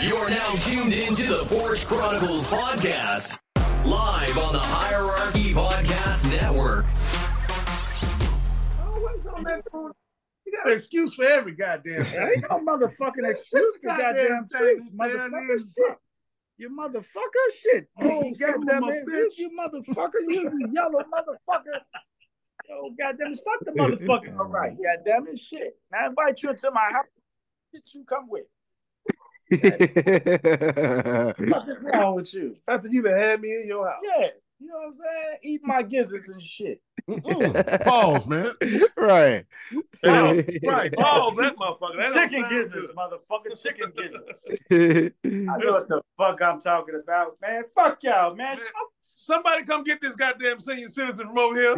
You're now tuned into the Forge Chronicles podcast, live on the Hierarchy Podcast Network. Oh, what's on that food? You got an excuse for every goddamn There thing. ain't no motherfucking excuse for Goddamn goddamn thing, truth, man, motherfucker man. shit. You motherfucker shit. Oh, You give him goddamn a it, bitch. you motherfucker, you yellow motherfucker. Oh goddamn it, stop the motherfucking all right. Goddamn it shit. Now I invite you into my house. Shit you come with. What the fuck is wrong with you? After you done had me in your house. Yeah. You know what I'm saying? Eat my gizzards and shit. Pause, man. right. Oh, right. Oh, that motherfucker. That don't Chicken sound gizzards, good. motherfucker. Chicken gizzards. I know Right. what the fuck I'm talking about, man. Fuck y'all, man. Smoke Somebody come get this goddamn senior citizen from over here.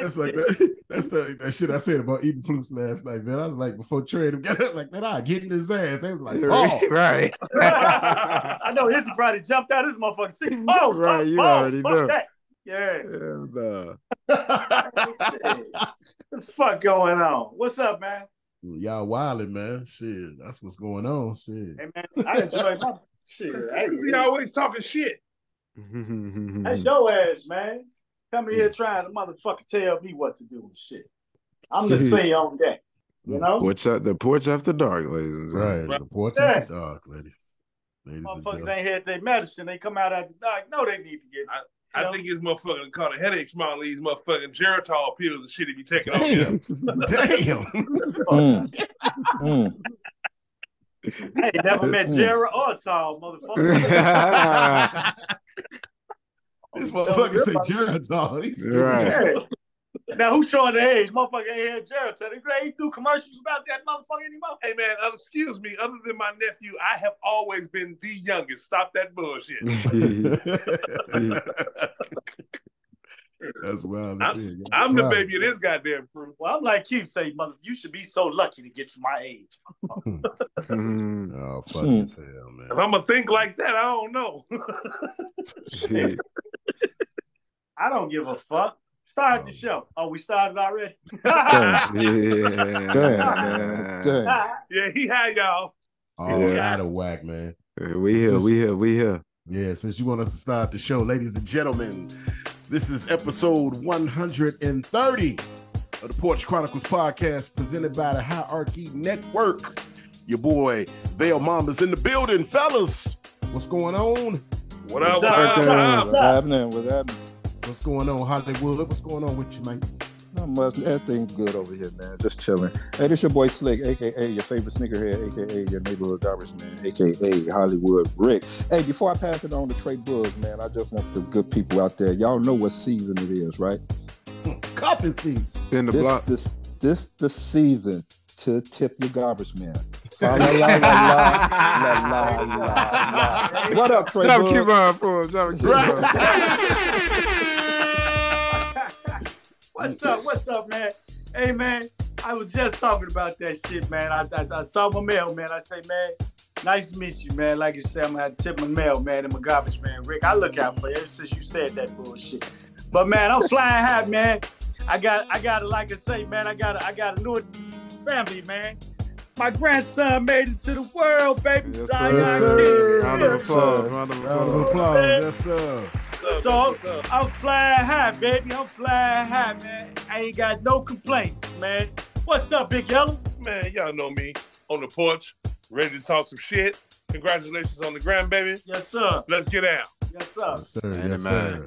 That's like that. That's the that shit I said about eating flukes last night, man. I was like, before trade him, like that, I get in his ass. They was like, oh, right. I know his probably jumped out his motherfucker. See, oh, Right, fuck, you fuck, already fuck know. That. Yeah. Hell uh, no. what the fuck going on? What's up, man? y'all wilding, man. Shit, that's what's going on. Shit. Hey, man, I enjoy my shit. Hey, He always talking shit. that's your ass, man. Coming Mm. here trying to motherfucker tell me what to do and shit. I'm the say on that. You know? What's up? The porch after dark, ladies and Right. gentlemen. The porch Yeah. in the dark, ladies. Ladies and Motherfuckers gentlemen. ain't had their medicine. They come out at the dark. No, they need to get. I think his motherfucker caught a headache from all these motherfucking Geritol pills and shit if you take it off. Damn. Damn. Mm. I ain't never met Mm. Jared or Tall, motherfucker. right. this motherfucker said Geritol. He's stupid. Yeah. Now who's showing the age? Motherfucker ain't had Jared. They ain't do commercials about that motherfucker anymore. Hey man, uh, excuse me. Other than my nephew, I have always been the youngest. Stop that bullshit. That's I'm- wild. as shit. I'm the Wow. baby of this goddamn crew. Well, I'm like Keith say, mother, you should be so lucky to get to my age. Mm. Oh fucking hell, man. If I'm gonna think like that, I don't know. Shit. I don't give a fuck. Start the show. Oh, we started already. yeah, Yeah. Damn, man. Damn. he had y'all. All Yeah. out of whack, man. We here, we here, we here. Yeah, since you want us to start the show, ladies and gentlemen, this is episode 130 of the Porch Chronicles podcast presented by the Hierarchy Network. Your boy, Vale Mama's in the building, fellas. What's going on? What up? What's What up, up? What Damn, up? What's happening? What's happening? What's going on, Hollywood? What's going on with you, man? Not much. Everything's good over here, man. Just chilling. Hey, this your boy Slick, aka your favorite sneakerhead, aka your neighborhood garbage man, aka Hollywood Rick. Hey, before I pass it on to Trey Boogs, man, I just want the good people out there. Y'all know what season it is, right? Coffin seats. In the this, block. this this the season to tip your garbage man. Fa la la la la, la la la la. What up, Trey? Drop a Boogs? coupon for him. Drop a coupon. what's up? What's up, man? Hey, man, I was just talking about that shit, man. I, I, I saw my mail, man. I say, man, nice to meet you, man. Like you said, I'm gonna have to tip my mail, man, and my garbage man, Rick. I look out for you ever since you said that bullshit. But man, I'm flying high, man. I got, I got to, like I say, man, I got, to I got a new family, man. My grandson made it to the world, baby. Yes, Zion sir. Yes, sir. Kid. Round of applause. Yes, Round of Round of applause. applause. Yes, sir. What's So- up? What's up? I'm flying high, baby. I'm flying high, man. I ain't got no complaints, man. What's up, Big Yellow? Man, y'all know me on the porch, ready to talk some shit. Congratulations on the grandbaby. Yes, sir. Let's get out. Yes, sir. Yes, sir. Man, yes, man. sir.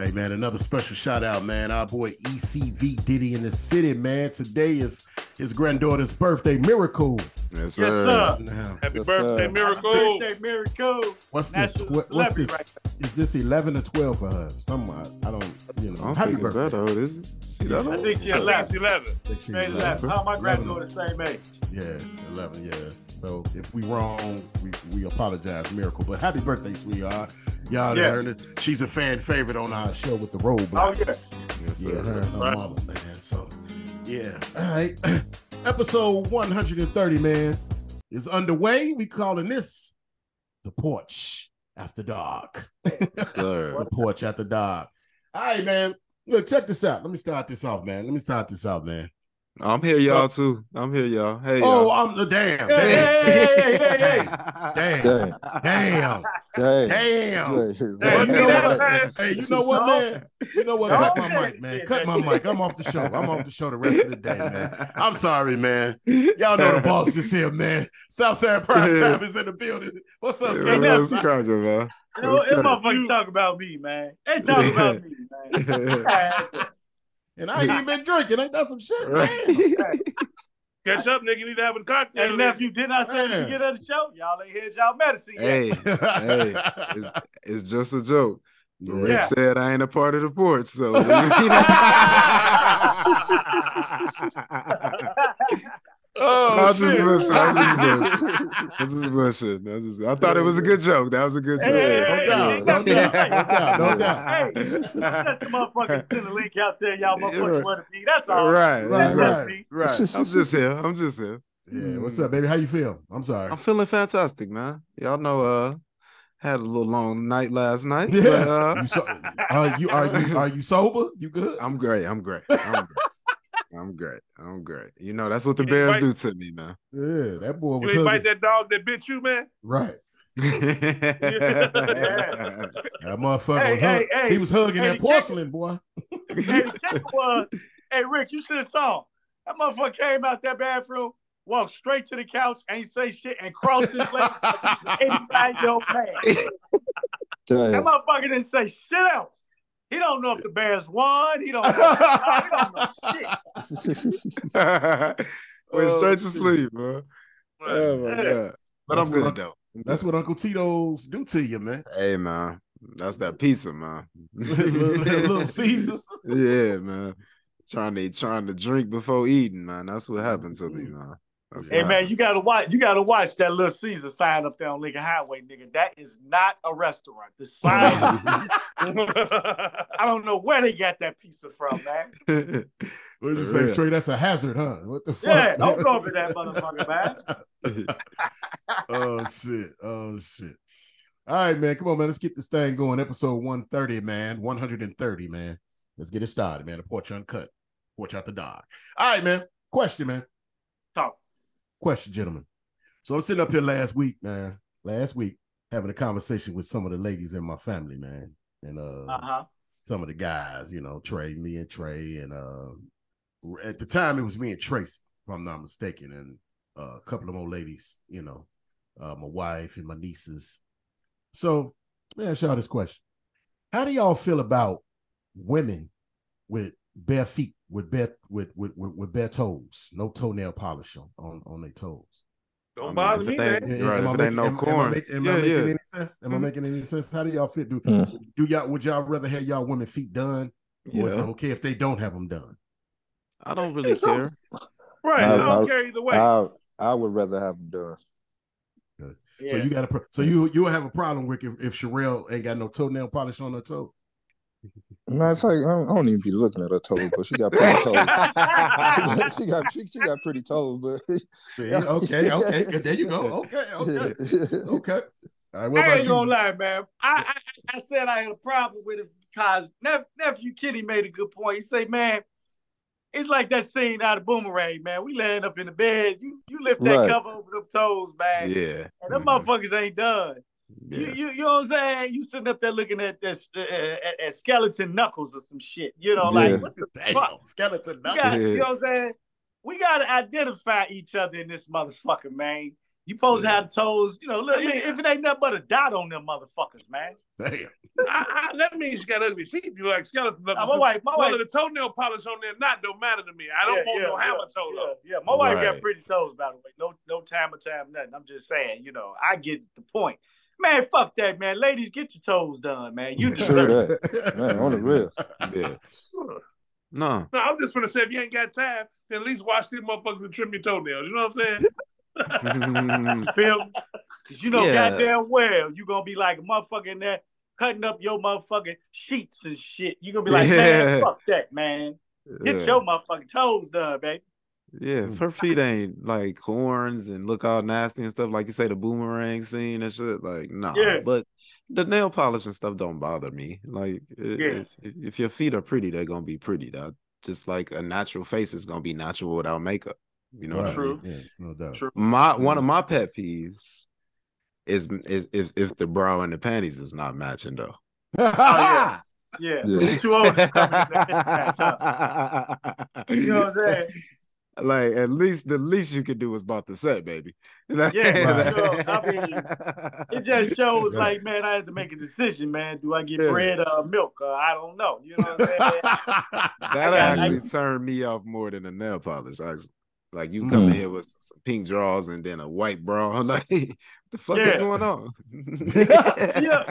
Hey man, another special shout out, man. Our boy ECV Diddy in the city, man. Today is his granddaughter's birthday miracle. Yes, Yes, sir. sir. Now, Happy Yes, birthday, sir. miracle. Birthday miracle. what's this? National What, what's celebrity this? Is this eleven or twelve for her? Some I, I don't, you I know. don't Happy think it's birthday. that old, is it? She that I old? think she She's left. 11. Sixteen, She eleven. left. How my granddaughter the same age? Yeah, eleven. Yeah. So if we wrong, we, we apologize, miracle. But happy birthday, sweetheart. Y'all done Yeah. heard it. She's a fan favorite on our show with the road. Oh, yeah. Yes, Yeah, sir. her and her Right. mama, man. So, yeah. All right. Episode 130, man, is underway. We calling this The Porch After Dark. Yes, sir. The Porch After Dark. All right, man. Look, check this out. Let me start this off, man. Let me start this off, man. I'm here, y'all too. I'm here, y'all. Hey, oh, y'all. I'm the damn. Hey, Damn. hey, hey, hey, hey, hey. Damn. Dang, Damn. dang, Damn. Hey, you know dang. Damn. what? Hey, you know what, man? You know what? Cut my mic, man. Cut my mic. I'm off the show. I'm off the show the rest of the day, man. I'm sorry, man. Y'all know the boss is here, man. Southside Prime Time is in the building. What's up, Yeah, Southside? what's cracking, man? You know, them Let's motherfuckers talk about me, man. They talk about me, man. And I ain't even been drinking. Ain't that some shit? Damn. Right. Catch up, nigga. You need to have a cocktail. Hey, nephew, didn't I say Man. you get at the show? Y'all ain't had y'all medicine yet. hey, it's, it's just a joke. Rick Yeah. said I ain't a part of the port, so oh, I'll shit. just listen. I'll just listen. Dang. That's just bullshit. That's just, I thought it was a good joke. That was a good Hey, hey, joke. No hey, doubt. No hey, doubt. No doubt. No doubt. Hey, that's the motherfucker send a link out tell y'all motherfuckers Right. where to be. That's all. Right, Right, right, right. right, right. I'm just here. I'm just here. Yeah, what's up, baby? How you feel? I'm sorry. I'm feeling fantastic, man. Y'all know, uh, had a little long night last night. Yeah. But, uh, You so, are you are you are you sober? You good? I'm great. I'm great. I'm great. I'm great. I'm great. You know, that's what the You Bears invite- do to me, man. Yeah, that boy You was ain't hugging. bite that dog that bit you, man. right. yeah. That motherfucker Hey, was hug- hey, hey. He was hugging Hey, that porcelain, boy. Hey, the kicker was, hey, Rick, you should have saw. That motherfucker came out that bathroom, walked straight to the couch, ain't say shit, and crossed his legs inside your pants. That motherfucker didn't say shit else. He don't know if the Bears won. He don't know. he don't know shit. Went Oh, straight to shit. sleep, man. Oh my god. But That's I'm what good though. That's what Uncle Tito's do to you, man. Hey man, that's that pizza, man. Little Caesars. yeah, man. Trying to trying to drink before eating, man. That's what happened to me, man. That's Hey what man, you gotta watch. You gotta watch that little Caesar sign up there on Lincoln Highway, nigga. That is not a restaurant. The sign. I don't know where they got that pizza from, man. happened. What did For you say, real. Trey? That's a hazard, huh? What the fuck? Yeah, don't go over that motherfucker, man. oh shit. Oh shit. All right, man. Come on, man. Let's get this thing going. Episode 130, man. 130, man. Let's get it started, man. The porch uncut. Porch out the dog. All right, man. Question, man. So, Question, gentlemen. So I'm sitting up here last week, man. Last week, having a conversation with some of the ladies in my family, man. And uh uh huh. some of the guys, you know, Trey, me and Trey, and uh at the time it was me and Tracy, if I'm not mistaken, and uh, a couple of more ladies, you know, uh, my wife and my nieces. So let me ask y'all this question: How do y'all feel about women with bare feet, with bare with with with, with bare toes, no toenail polish on on, on their toes? I Don't mean, bother if me, it ain't- man. Yeah, right, if it ain't no am, corns. Am I, am I Yeah, making yeah. any sense? Am I Mhm. making any sense? How do y'all feel? Do Mm. do y'all would y'all rather have y'all women feet done, or is it Yeah. okay if they don't have them done? I don't really care. Right. I- I don't I- care either way. I I would rather have them done. Yeah. So you got to. So you you'll have a problem, Rick, if, if Sherelle ain't got no toenail polish on her toe. Matter of fact, I don't, I don't even be looking at her toes, but she got pretty toes. she, got, she got she, she got pretty toes, but See, okay, okay, there you go. Okay, okay, okay. All right, what I about ain't you? gonna lie, man. I, I I said I had a problem with it because nep- nephew Kenny made a good point. He say, man, it's like that scene out of Boomerang, man. We laying up in the bed. You you lift that Right. cover over them toes, man. Yeah. And them Mhm. motherfuckers ain't done. You, Yeah. you, you know what I'm saying? You sitting up there looking at that uh, at, at skeleton knuckles or some shit. You know, Yeah. like what the Damn, fuck? skeleton. We knuckle. got, You Yeah. know what I'm saying? We gotta identify each other in this motherfucker, man. You supposed to Yeah. have toes, you know. Look, if it ain't nothing but a dot on them motherfuckers, man. Damn. I, I, that means you got ugly feet. You like skeleton Now, knuckles. my wife, my wife, Whether the toenail polish on there or not don't matter to me. I don't Yeah, want yeah, no hammer yeah, toe yeah, though. Yeah, my wife got Right. pretty toes, by the way. No, no time or time, nothing. I'm just saying, you know, I get the point. Man, fuck that, man. Ladies, get your toes done, man. You True deserve it. that. Man, on the real. Yeah. No. No, I'm just gonna say if you ain't got time, then at least watch these motherfuckers and trim your toenails. You know what I'm saying? Mhm. Feel? me? 'Cause you know Yeah. goddamn well you gonna be like a motherfucker in there cutting up your motherfucking sheets and shit. You gonna be like, man, Yeah. fuck that, man. Get Yeah. your motherfucking toes done, baby. Yeah, if her feet ain't like horns and look all nasty and stuff, like you say, the boomerang scene and shit. Like, nah. Yeah. But the nail polish and stuff don't bother me. Like, i- if, if your feet are pretty, they're gonna be pretty. That just like a natural face is gonna be natural without makeup. You know what I Right. mean? True. Yeah, no doubt. True. my one of my pet peeves is is if if the bra and the panties is not matching though. Oh, yeah. Yeah, Yeah. It's too old. to come in there. you know what I'm saying? Like at least the least you could do is about the set, baby. Yeah, Yeah, for sure. It just shows, like, man, I had to make a decision, man. Do I get Yeah. bread or milk? Uh, I don't know. You know what I'm saying? that I- actually turned me off more than the nail polish. Actually. Like you come in Mm. here with some pink drawers and then a white bra. Like the fuck is Yeah. going on? Yeah.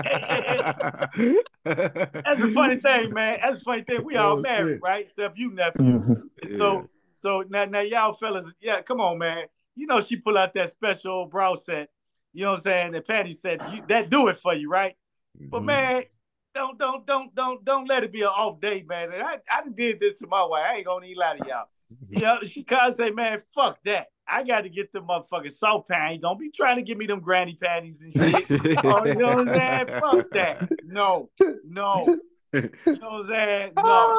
That's the funny thing, man. That's the funny thing. We all Oh, married, shit. right? Except you, nephew. Mhm. Yeah. So, so now, now y'all fellas, yeah, come on, man. You know she pull out that special old brow set. You know what I'm saying? The panty set. You, that do it for you, right? But Mm-hmm. man, don't don't don't don't don't let it be an off day, man. And I I done did this to my wife. I ain't gonna even lie to y'all. You know, she kind of say, man, fuck that. I got to get the motherfucking soft panties. Don't be trying to give me them granny panties and shit. oh, you know what I'm saying? Fuck that. No, no. You know what I'm saying? Oh,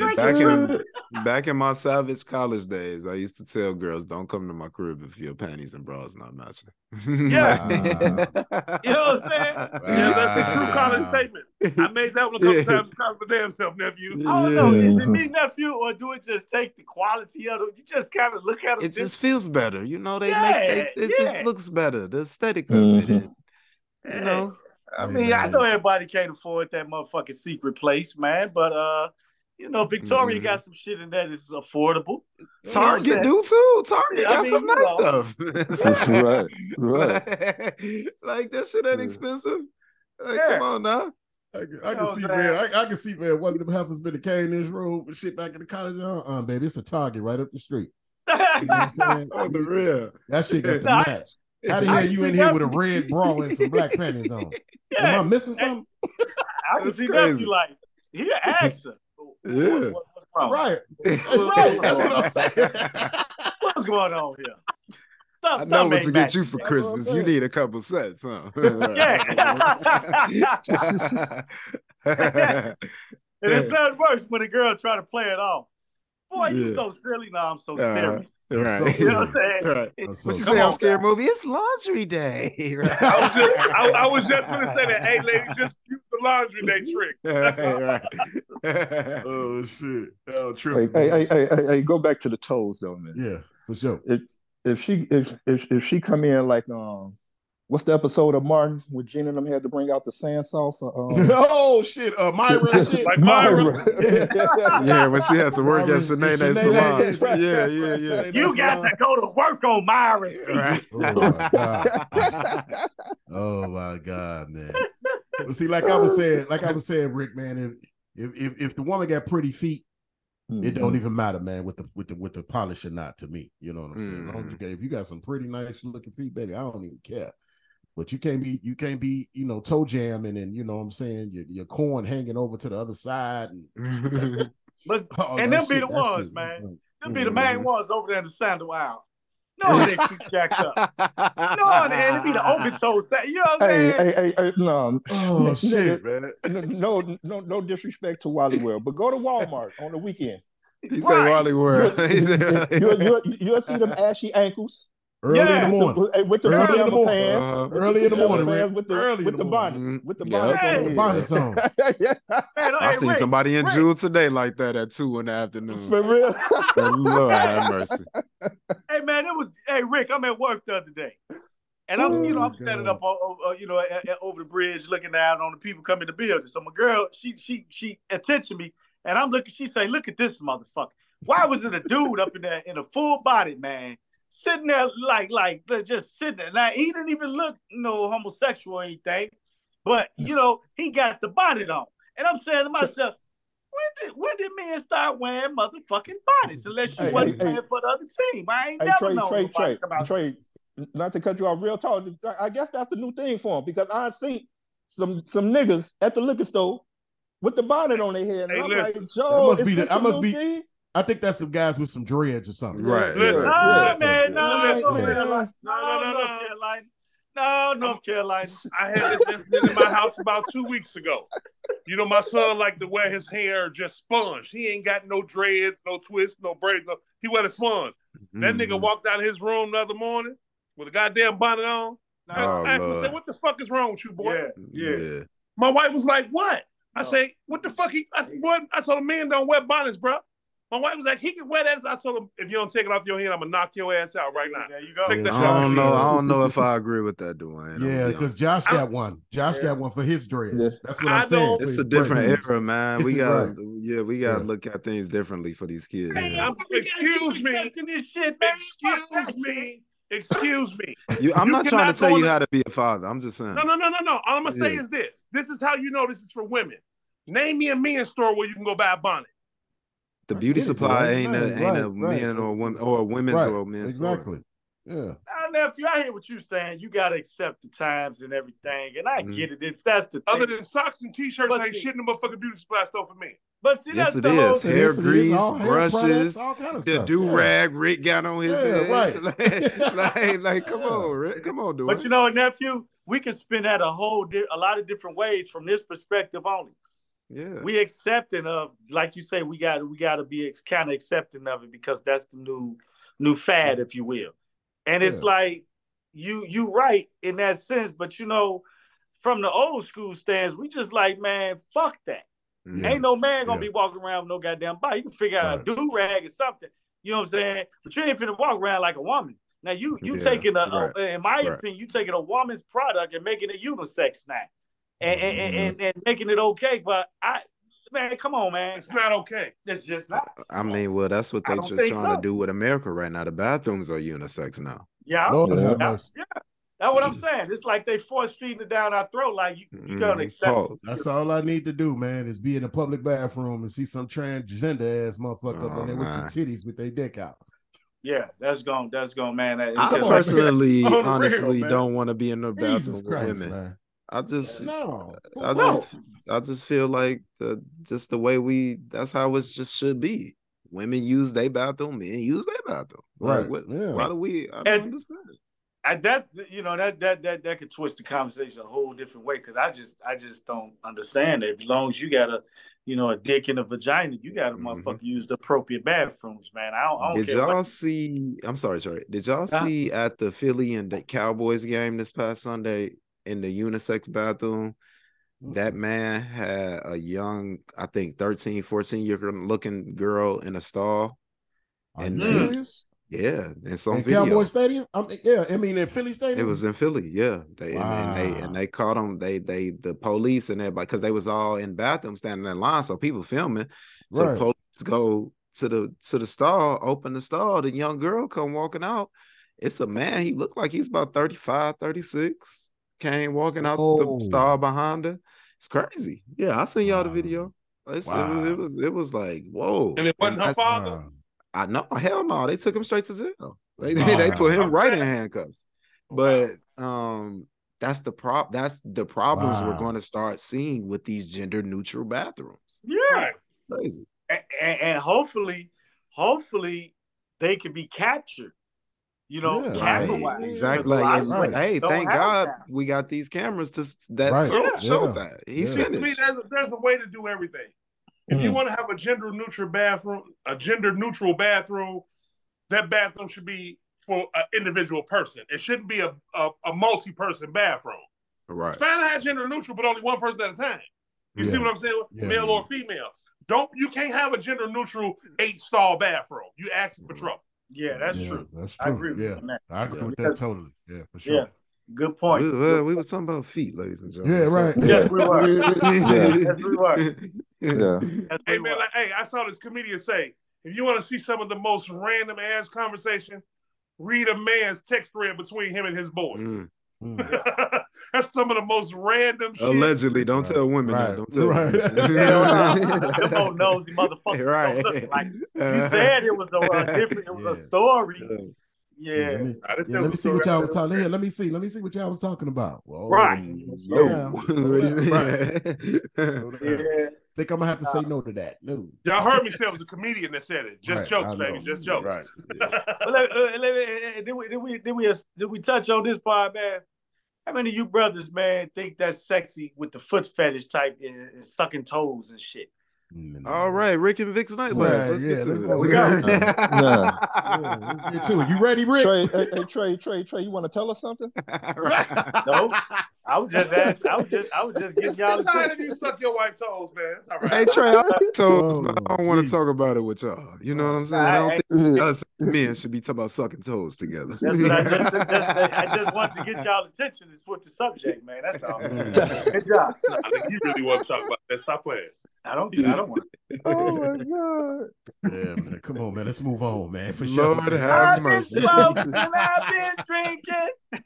No. back in back in my savage college days, I used to tell girls, "Don't come to my crib if your panties and bras not matching." Yeah. Like- You know what I'm Yeah, that's a true Wow. college statement. I made that one a couple Yeah. times because of my damn self, nephew. I don't know. Is Yeah. it me, nephew, or do it just take the quality of it? You just kind of look at them. It just feels better, you know. They Yeah, make they, it just yeah. looks better. The aesthetic Mm-hmm. of it, Mhm. you know. I mean, I know everybody can't afford that motherfucking secret place, man. But uh, you know, Victoria Mhm. got some shit in there that's affordable. You know what I'm Target saying? do too. Target Yeah, I got mean, some you nice know. stuff. right, right. like, that shit ain't expensive. Like, Yeah. come on now. I, can- I know can what see, I'm man. I, I can see, man. One of them heifers been a cane in his room and shit back in the college. Uh, uh baby, it's a target right up the street. You know what I'm saying? On the real. That shit got the No, I- match. How the hell you in here with a red bra and some black panties on? Am I yeah, missing something? I can That's see crazy. nephew like he an actor. Yeah. What, what, what's wrong? Right. That's right. That's what I'm saying. What's going on here? Something, I know something what to ain't get matching. you for That's what I'm Christmas. You saying. need a couple sets, huh? Yeah. And it's not worse when a girl try to play it off. Boy, you Yeah. so silly. No, I'm so Uh, serious. right. You know what I'm saying? right. I'm What's the Oh, so- Come sound on, scary movie? It's laundry day. Right? I was just, I, I was just going to say that. Hey, lady, just use the laundry day trick. right. Oh shit. Oh, Hey, tripping. hey, hey, hey, hey, hey, go back to the toes though, man. Yeah, for sure. if if she if if if she come in like um what's the episode of Martin where Gina and them had to bring out the sand sauce or um oh shit. Uh, Myra and shit. Like Myra. Yeah, when she had to work at Myra's- Sinead Sinead- Salon. Right. Yeah, yeah, yeah. Sinead You got Salon. to go to work on Myra's feet. Right. Oh my god. oh my god, man. But see, like I was saying, like I was saying, Rick, man, if if if, if the woman got pretty feet, it Mm-hmm. don't even matter, man, with the with the with the polish or not to me. You know what I'm saying? As Mm-hmm. long as you got- if you got some pretty nice looking feet, baby, I don't even care. But you can't be you can't be, you know, toe jamming and you know what I'm saying, your, your corn hanging over to the other side and But all And that them be shit. the That ones, shit- man. them be the Mhm. main ones over there in the sandal aisle. No, they keep jacked up. No, man, it be the open toe set. You know what I'm Hey, saying? hey, hey, hey, no, Oh Nigga. shit, man. n- no, no, no disrespect to Wally World, but go to Walmart on the weekend. He said Right. Wally World. You'll, you'll, you'll, you'll see them ashy ankles Early in the Yeah. morning. with the, with the Early in the pajama morning. Uh, pants, Uh-huh. with the Early in the pajama morning, pants, Rick. with the Early in with the the morning. bonnet, with the Yeah. bonnet. Hey. The bonnet's on. Man, I hey, seen Rick, somebody in Rick. Jewel today like that at two in the afternoon. For Mm. real. Lord have mercy. Hey, man, it was. Hey, Rick, I'm at work the other day, and I'm, you know, Oh, I'm standing God. up, o- o- uh, you know, a- a- over the bridge, looking down on the people coming to building. So my girl, she, she, she attention me, and I'm looking. She say, "Look at this motherfucker. Why was it a dude up in there in a full body man?" Sitting there like like uh, just sitting there. Now he didn't even look no homosexual or anything, but you know he got the bonnet on, and I'm saying to myself, when did when did men start wearing motherfucking bonnets? Unless you Hey, wasn't hey, hey. playing for the other team, I ain't Hey, never Trey, known Trey, nobody Trey, come out- Trey, not to cut you off real talk. I- I guess that's the new thing for him because I seen some some niggas at the liquor store with the bonnet on their head. And Hey, I'm listen. like, Joe, must is be this the- I must new be- thing? I think that's some guys with some dreads or something. Right, Yeah, listen. Nah, yeah. man, Yeah. nah, that's Like, over there, man, like- No, No, no, North no. Carolina. No, North Carolina. I had this incident in my house about two weeks ago. You know, my son like to wear his hair just sponge. He ain't got no dreads, no twists, no braids. No, he wear the sponge. That Mm-hmm. nigga walked out of his room the other morning with a goddamn bonnet on. And Oh, I actually Lord. said, "What the fuck is wrong with you, boy?" Yeah, yeah. My wife was like, "What?" I No. say, "What the fuck?" He, I said, "What?" I told him, "Men don't wear bonnets, bro." My wife was like, "He can wear that." I told him, "If you don't take it off your head, I'm gonna knock your ass out right now." There you go. Take that I shot. don't know. I don't know if I agree with that, Dwayne. I'ma Yeah, be because Josh I- got one. Josh Yeah. got one for his dreads. Yeah. That's what I I'm saying. honest. it's a different era, man. This we is gotta, right. yeah, we gotta Yeah. look at things differently for these kids. Hey, man. I'm- excuse me. This shit, man. Fuck that Excuse shit. me. Excuse me. You, I'm you not trying cannot to go tell on you a- how to be a father. I'm just saying. No, no, no, no, no. All I'm gonna say Yeah. is this. This is how you know this is for women. Name me a men's store where you can go buy a bonnet. The I beauty get it, supply Dwayne. ain't Right, a, ain't a right, right. man or woman or a women's Right, or a men's. store. Exactly. Yeah. Now, nephew, I hear what you're saying. You gotta accept the times and everything, and I Mhm. get it. If that's the Other thing. than socks and t-shirts, But I ain't see- shit in the motherfucking beauty supply store for me. but see, Yes, that's it the is. whole. Hair Yes, it is. grease, All hair products, brushes, all kind of The stuff. do Yeah. rag Rick got on his Yeah, head. right. like, like, like, come on, Rick. Come on, dude. But you know, what, nephew, we can spin that a whole, di- a lot of different ways from this perspective only. yeah. we accepting of like you say we got we got to be ex- kind of accepting of it because that's the new new fad if you will and it's Yeah. like you you right in that sense but you know from the old school stands we just like man fuck that Mhm. ain't no man gonna Yeah. be walking around with no goddamn body you can figure out a do-rag or something you know what i'm saying but you ain't finna walk around like a woman now you you Yeah, taking a, a- in my right. opinion you taking a woman's product and making it unisex now and, and, and- Mhm. and, and making it okay. But I, man, come on, man, It's not okay. that's just not. I mean, well, that's what I they're don't just trying think to so. do with America right now. The bathrooms are unisex now. Yeah, Lord Yeah. have yeah, mercy. yeah. That's what I'm Mm-hmm. saying. It's like they force feeding it down our throat. Like you, you Mhm. don't accept. Paul, That's all I need to do, man, is be in a public bathroom and see some transgender ass motherfucker up Oh, in there with some man. titties with their dick out. Yeah, that's gone. That's gone, man. That- I Come on, personally, man. On the real, honestly, man. don't want to be in the bathroom Jesus with Christ, women. man. I just, No. I no. just, I just feel like the just the way we. That's how it just should be. Women use their bathroom, men use their bathroom. Like, Right, what- yeah. Why do we? I don't And- understand. I, that's you know that that that that could twist the conversation a whole different way because I just I just don't understand it. As long as you got a you know a dick and a vagina, you got to Mm-hmm. Mhm. motherfucker use the appropriate bathrooms, man. I don't, I don't Did care. y'all What, see? I'm sorry, sorry. Did y'all Huh? see at the Philly and the Cowboys game this past Sunday in the unisex bathroom? That man had a young, I think 13, 14 year looking girl in a stall. Are and- you serious? Yeah, in some In video. Cowboy Stadium? I'm, yeah, I mean in Philly Stadium. It was in Philly, yeah. They and, and they Wow. and they caught them. They they the police and everybody because they was all in bathrooms standing in line, so people filming. So Right. the police go to the to the stall, open the stall. The young girl come walking out. It's a man. He looked like he's about 35, 36. Came walking out Whoa. the stall behind her. It's crazy. Yeah, I seen y'all the Oh. Wow. video. It's, it, Wow. was, it was it was like whoa. And it wasn't her that's- father. Wow. I know, hell no. They took him straight to jail. They Wow. they put him right in Okay. handcuffs. But um, that's the prop. That's the problems we're Wow. going to start seeing with these gender neutral bathrooms. yeah, Right. Crazy. and, and, and hopefully, hopefully they can be captured. You know, Yeah. Right. camera wise. Exactly. Because a lot And, of Right. women Hey, don't thank have God that. we got these cameras to s- that Right. show, Yeah. show Yeah. that. He's Yeah. To me, finished. there's a, there's a way to do everything. If you want to have a gender neutral bathroom, a gender neutral bathroom, that bathroom should be for an individual person. It shouldn't be a a, a multi person bathroom. Right. Find out gender neutral, but only one person at a time. You see Yeah. what I'm saying? Yeah. Male or female. Don't you can't have a gender neutral eight stall bathroom. You asking Mm-hmm. for trouble. Yeah, that's Yeah, true. That's I true. agree with you yeah. on that. I agree Yeah. with that totally. Yeah, for sure. Yeah. Good We, point. uh, we was talking about feet, ladies and gentlemen. Yeah, right. Yes, we were. Yes, we were. Yeah. That's Hey what man, it like, hey, I saw this comedian say, if you want to see some of the most random ass conversation, read a man's text thread between him and his boys. Mm. Mm. That's some of the most random shit. Allegedly, don't Right. tell women Right. that. Don't tell Right. women. was. Them old nosy motherfuckers. Right. Don't look like you said it was a, uh, different. It was Yeah. a story. Yeah, Yeah. let I me, didn't yeah, tell let me the see what story. y'all was talking. Here, let me see. Let me see what y'all was talking about. Whoa, Right. slow No. down, What do you Right. say? slow down. Yeah. Think I'm gonna have to say no to that. No. Y'all heard me say it was a comedian that said it. Just Right, jokes, I baby. know. Just jokes. Right. uh, But let, uh, let me, uh, did we did we did we did we touch on this part, man? How many of you brothers, man, think that's sexy with the foot fetish type and, and sucking toes and shit? All right, Rick and Vic's night Right, lab. Let's yeah, get to let's it. go. We Yeah. got- Yeah, let's get to it. You ready, Rick? Trey, hey, hey, Trey, Trey, Trey, you want to tell us something? Right. No, I was just asking. I was just, I was just giving It's y'all. it's A high tip. that you suck your wife's toes, man. It's all Hey right. Trey, I, toes, but I Oh, don't want geez. to talk about it with y'all. You know what I'm saying? I don't I- think us men should be talking about sucking toes together. That's what I just, that's, that- I just wanted to get y'all attention and switch the subject, man. That's all. Good job. Nah, nigga, you really want to talk about that? Stop playing. I don't, I don't want. oh my god! Yeah, man. Come on, man. Let's move on, man. For sure. Lord I've have been mercy. smoking and I've been drinking.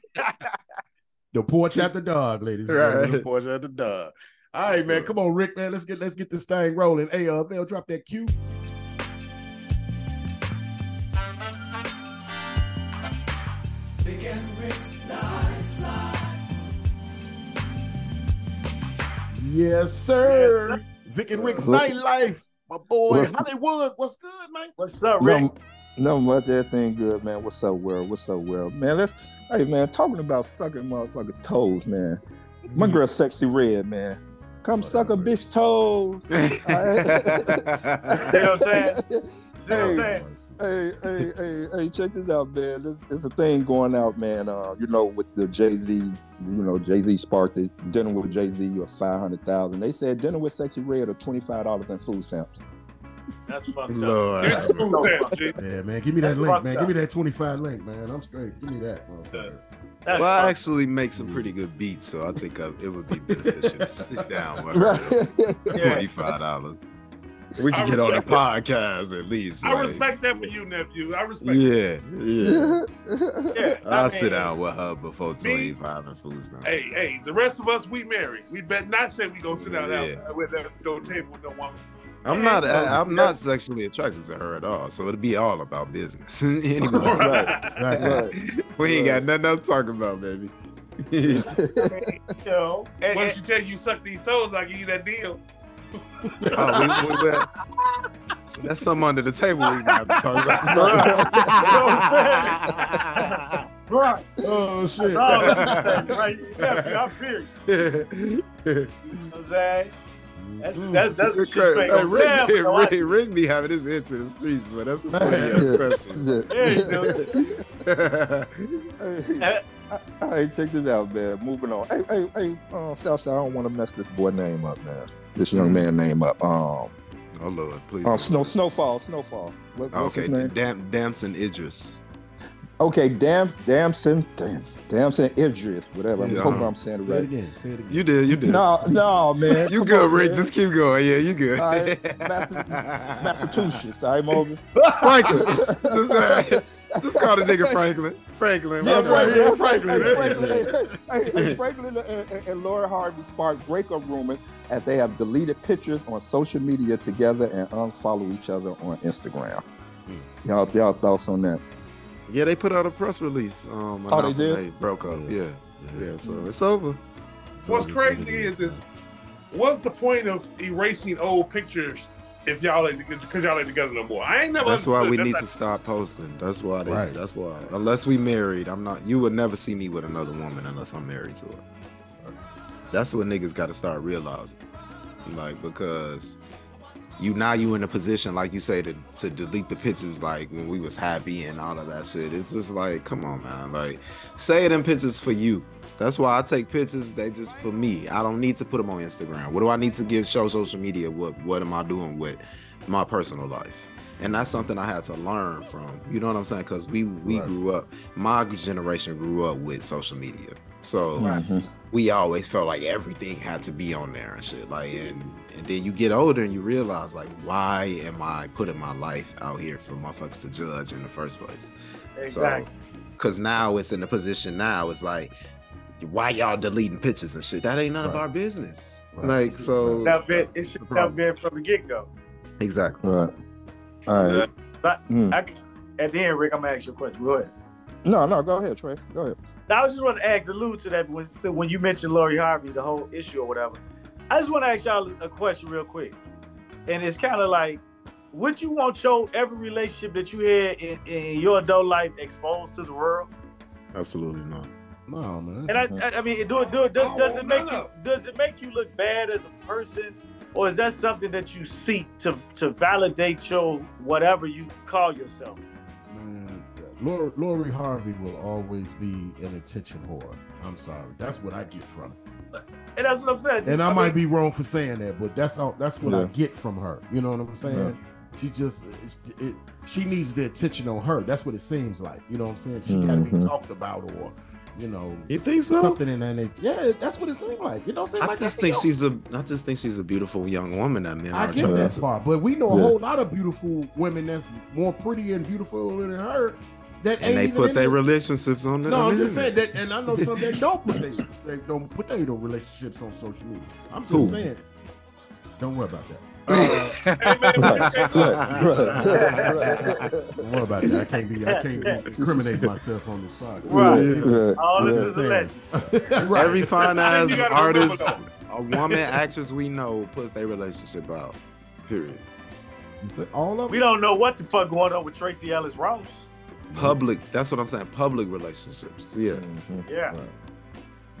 The porch at the dog, ladies. and Right. gentlemen, The porch at the dog. All right, man. Come on, Rick, man. Let's get let's get this thing rolling. Hey, uh, Vail, drop that cue. Yes, sir. Vic and Rick's Look- nightlife. My boy, What's- Hollywood. What's good, man? What's up, Rick? No, no much. Everything good, man. What's up, world? What's up, world? Man, let's. Hey, man, talking about sucking motherfuckers' toes, man. My Mm-hmm. girl, sexy red, man. Oh, Come suck a bitch toes. You know what I'm saying? You know what I'm Hey, saying? hey, hey, hey, hey, check this out, man. There's, there's a thing going out, man. Uh, you know, with the Jay Z, you know, Jay Z sparked the dinner with Jay Z of five hundred thousand. They said dinner with Sexy Red or twenty five dollars in food stamps. That's fucked up. Lord. This have is mercy. so Sam, fucked G. Yeah, man. Give me that That's link, fucked man. Give me up. that 25 link, man. I'm straight. Give me that. motherfucker. That's Well, I fucked actually make some pretty good beats, so I think I, it would be beneficial to sit down with Right? her. Yeah. Twenty-five dollars. We I can get on the podcast at least. I like- respect that for you, nephew. I respect that. Yeah, yeah. yeah, I'll I sit mean, down with her before twenty-five and food stamps. Hey, hey, the rest of us, we married. We bet not say we gonna sit down Yeah. outside with that no table with no woman. I'm not. I, I'm not sexually attracted to her at all. So it'd be all about business. anyway, Right. Right. we ain't got nothing else to talk about, baby. Oh, I mean, you know, and- Once and- you tell you suck these toes, I give you that deal. Oh, we- we- we- that's something under the table we got to talk about. right. Oh shit. That's all I'm saying, right? Yeah, I'm period. You know what I'm saying? That's Mm. Mm. that's that's the shit Crazy. Trey Hey, gonna Rick, laugh Rick, about. Rick, Rick be having his ear to the streets, but that's a funny ass question. There you go. Hey, all right, check this out, man. Moving on. Hey, hey, hey, uh, Southside, I don't want to mess this boy name up, man. This young Mm-hmm. man name up. Um, oh Lord, please. Ah, um, Snow, Snowfall, Snowfall. What, what's okay, his name? Dam- Damson Idris. Okay, Dam, Damson, Dam, Damson Idris, whatever. I'm Yeah. hoping I'm saying it Say it right. again. Say it again. You did, you did. No, no, man. you Come good, on, Rick? man. Just keep going. Yeah, you good. All right, Massa- Massachusetts, all right, Moses? Franklin. Just, uh, just call the nigga Franklin. Franklin. Yeah, what's up? Franklin. Yeah, Hey, Franklin. Franklin, hey, hey, hey, Franklin and, and- and Laura Harvey sparked breakup rumors as they have deleted pictures on social media together and unfollow each other on Instagram. Hmm. Y'all, y'all thoughts on that? Yeah, they put out a press release. Um, Oh, they announcing did? broke up. Yeah. Yeah. yeah, So it's over. What's crazy is this. What's the point of erasing old pictures if y'all ain't because y'all ain't together no more? I ain't never. That's why we understood. need to That's stop posting. That's why. They, Right. That's why. Unless we married, I'm not. You would never see me with another woman unless I'm married to her. That's what niggas got to start realizing. Like because you now you in a position like you say to to delete the pictures like when we was happy and all of that shit. It's just like come on man. Like say them pictures for you. That's why I take pictures. They just for me. I don't need to put them on Instagram. What do I need to give show social media? What what am I doing with my personal life? and that's something I had to learn from. You know what I'm saying? Because we we Right. grew up, my generation grew up with social media, so Mhm. we always felt like everything had to be on there and shit. Like, and and then you get older and you realize like, why am I putting my life out here for motherfuckers to judge in the first place? Exactly. So, because now it's in the position now it's like, why y'all deleting pictures and shit? That ain't none of Right. our business. Right. Like, so Now, Ben, it should have been from the get go. exactly. Right. All right. But- Mm. At the end, Rick, I'm gonna ask you a question. Go ahead. No, no, go ahead, Trey. Go ahead. Now, I was just want to ask, allude to that when, so when you mentioned Lori Harvey, the whole issue or whatever. I just want to ask y'all a question real quick, and it's kind of like, would you want your every relationship that you had in, in your adult life exposed to the world? Absolutely not. No, man. And I, I, I mean, do it, do it, does, Oh, does it make no, you, no. does it make you look bad as a person, or is that something that you seek to to validate your whatever you call yourself? Man, Lori, Lori Harvey will always be an attention whore. I'm sorry. That's what I get from it. And that's what I'm saying. And I mean, might be wrong for saying that, but that's all. That's what I Yeah. Uh-huh. get from her. You know what I'm saying? She just it's- it, she needs the attention on her. That's what it seems like. You know what I'm saying? She got to be Mhm. talked about, or you know, You think so? something in that. nature. Yeah, that's what it seems like. You know what I'm saying? I like just that's think enough. she's a. I just think she's a beautiful young woman. That men I are get that attracted part, but we know a Yeah. whole lot of beautiful women that's more pretty and beautiful than her. That to. and ain't they even put in their it. relationships on the. No, on I'm the just saying internet. that, and I know some that don't put they, they don't put their relationships on social media. I'm just Who? saying. Don't worry about that. Hey, man, Right. hey, man, Don't worry about that. I can't be. I can't be incriminate myself on this podcast. Right. Right. all this Yeah. is a legend. Right. Every fine I think you ass gotta remember artist, a woman, actress we know puts their relationship out. Period. all of We it. don't know what the fuck going on with Tracy Ellis Ross. Public. That's what I'm saying. Public relationships. Yeah. Mhm. Yeah.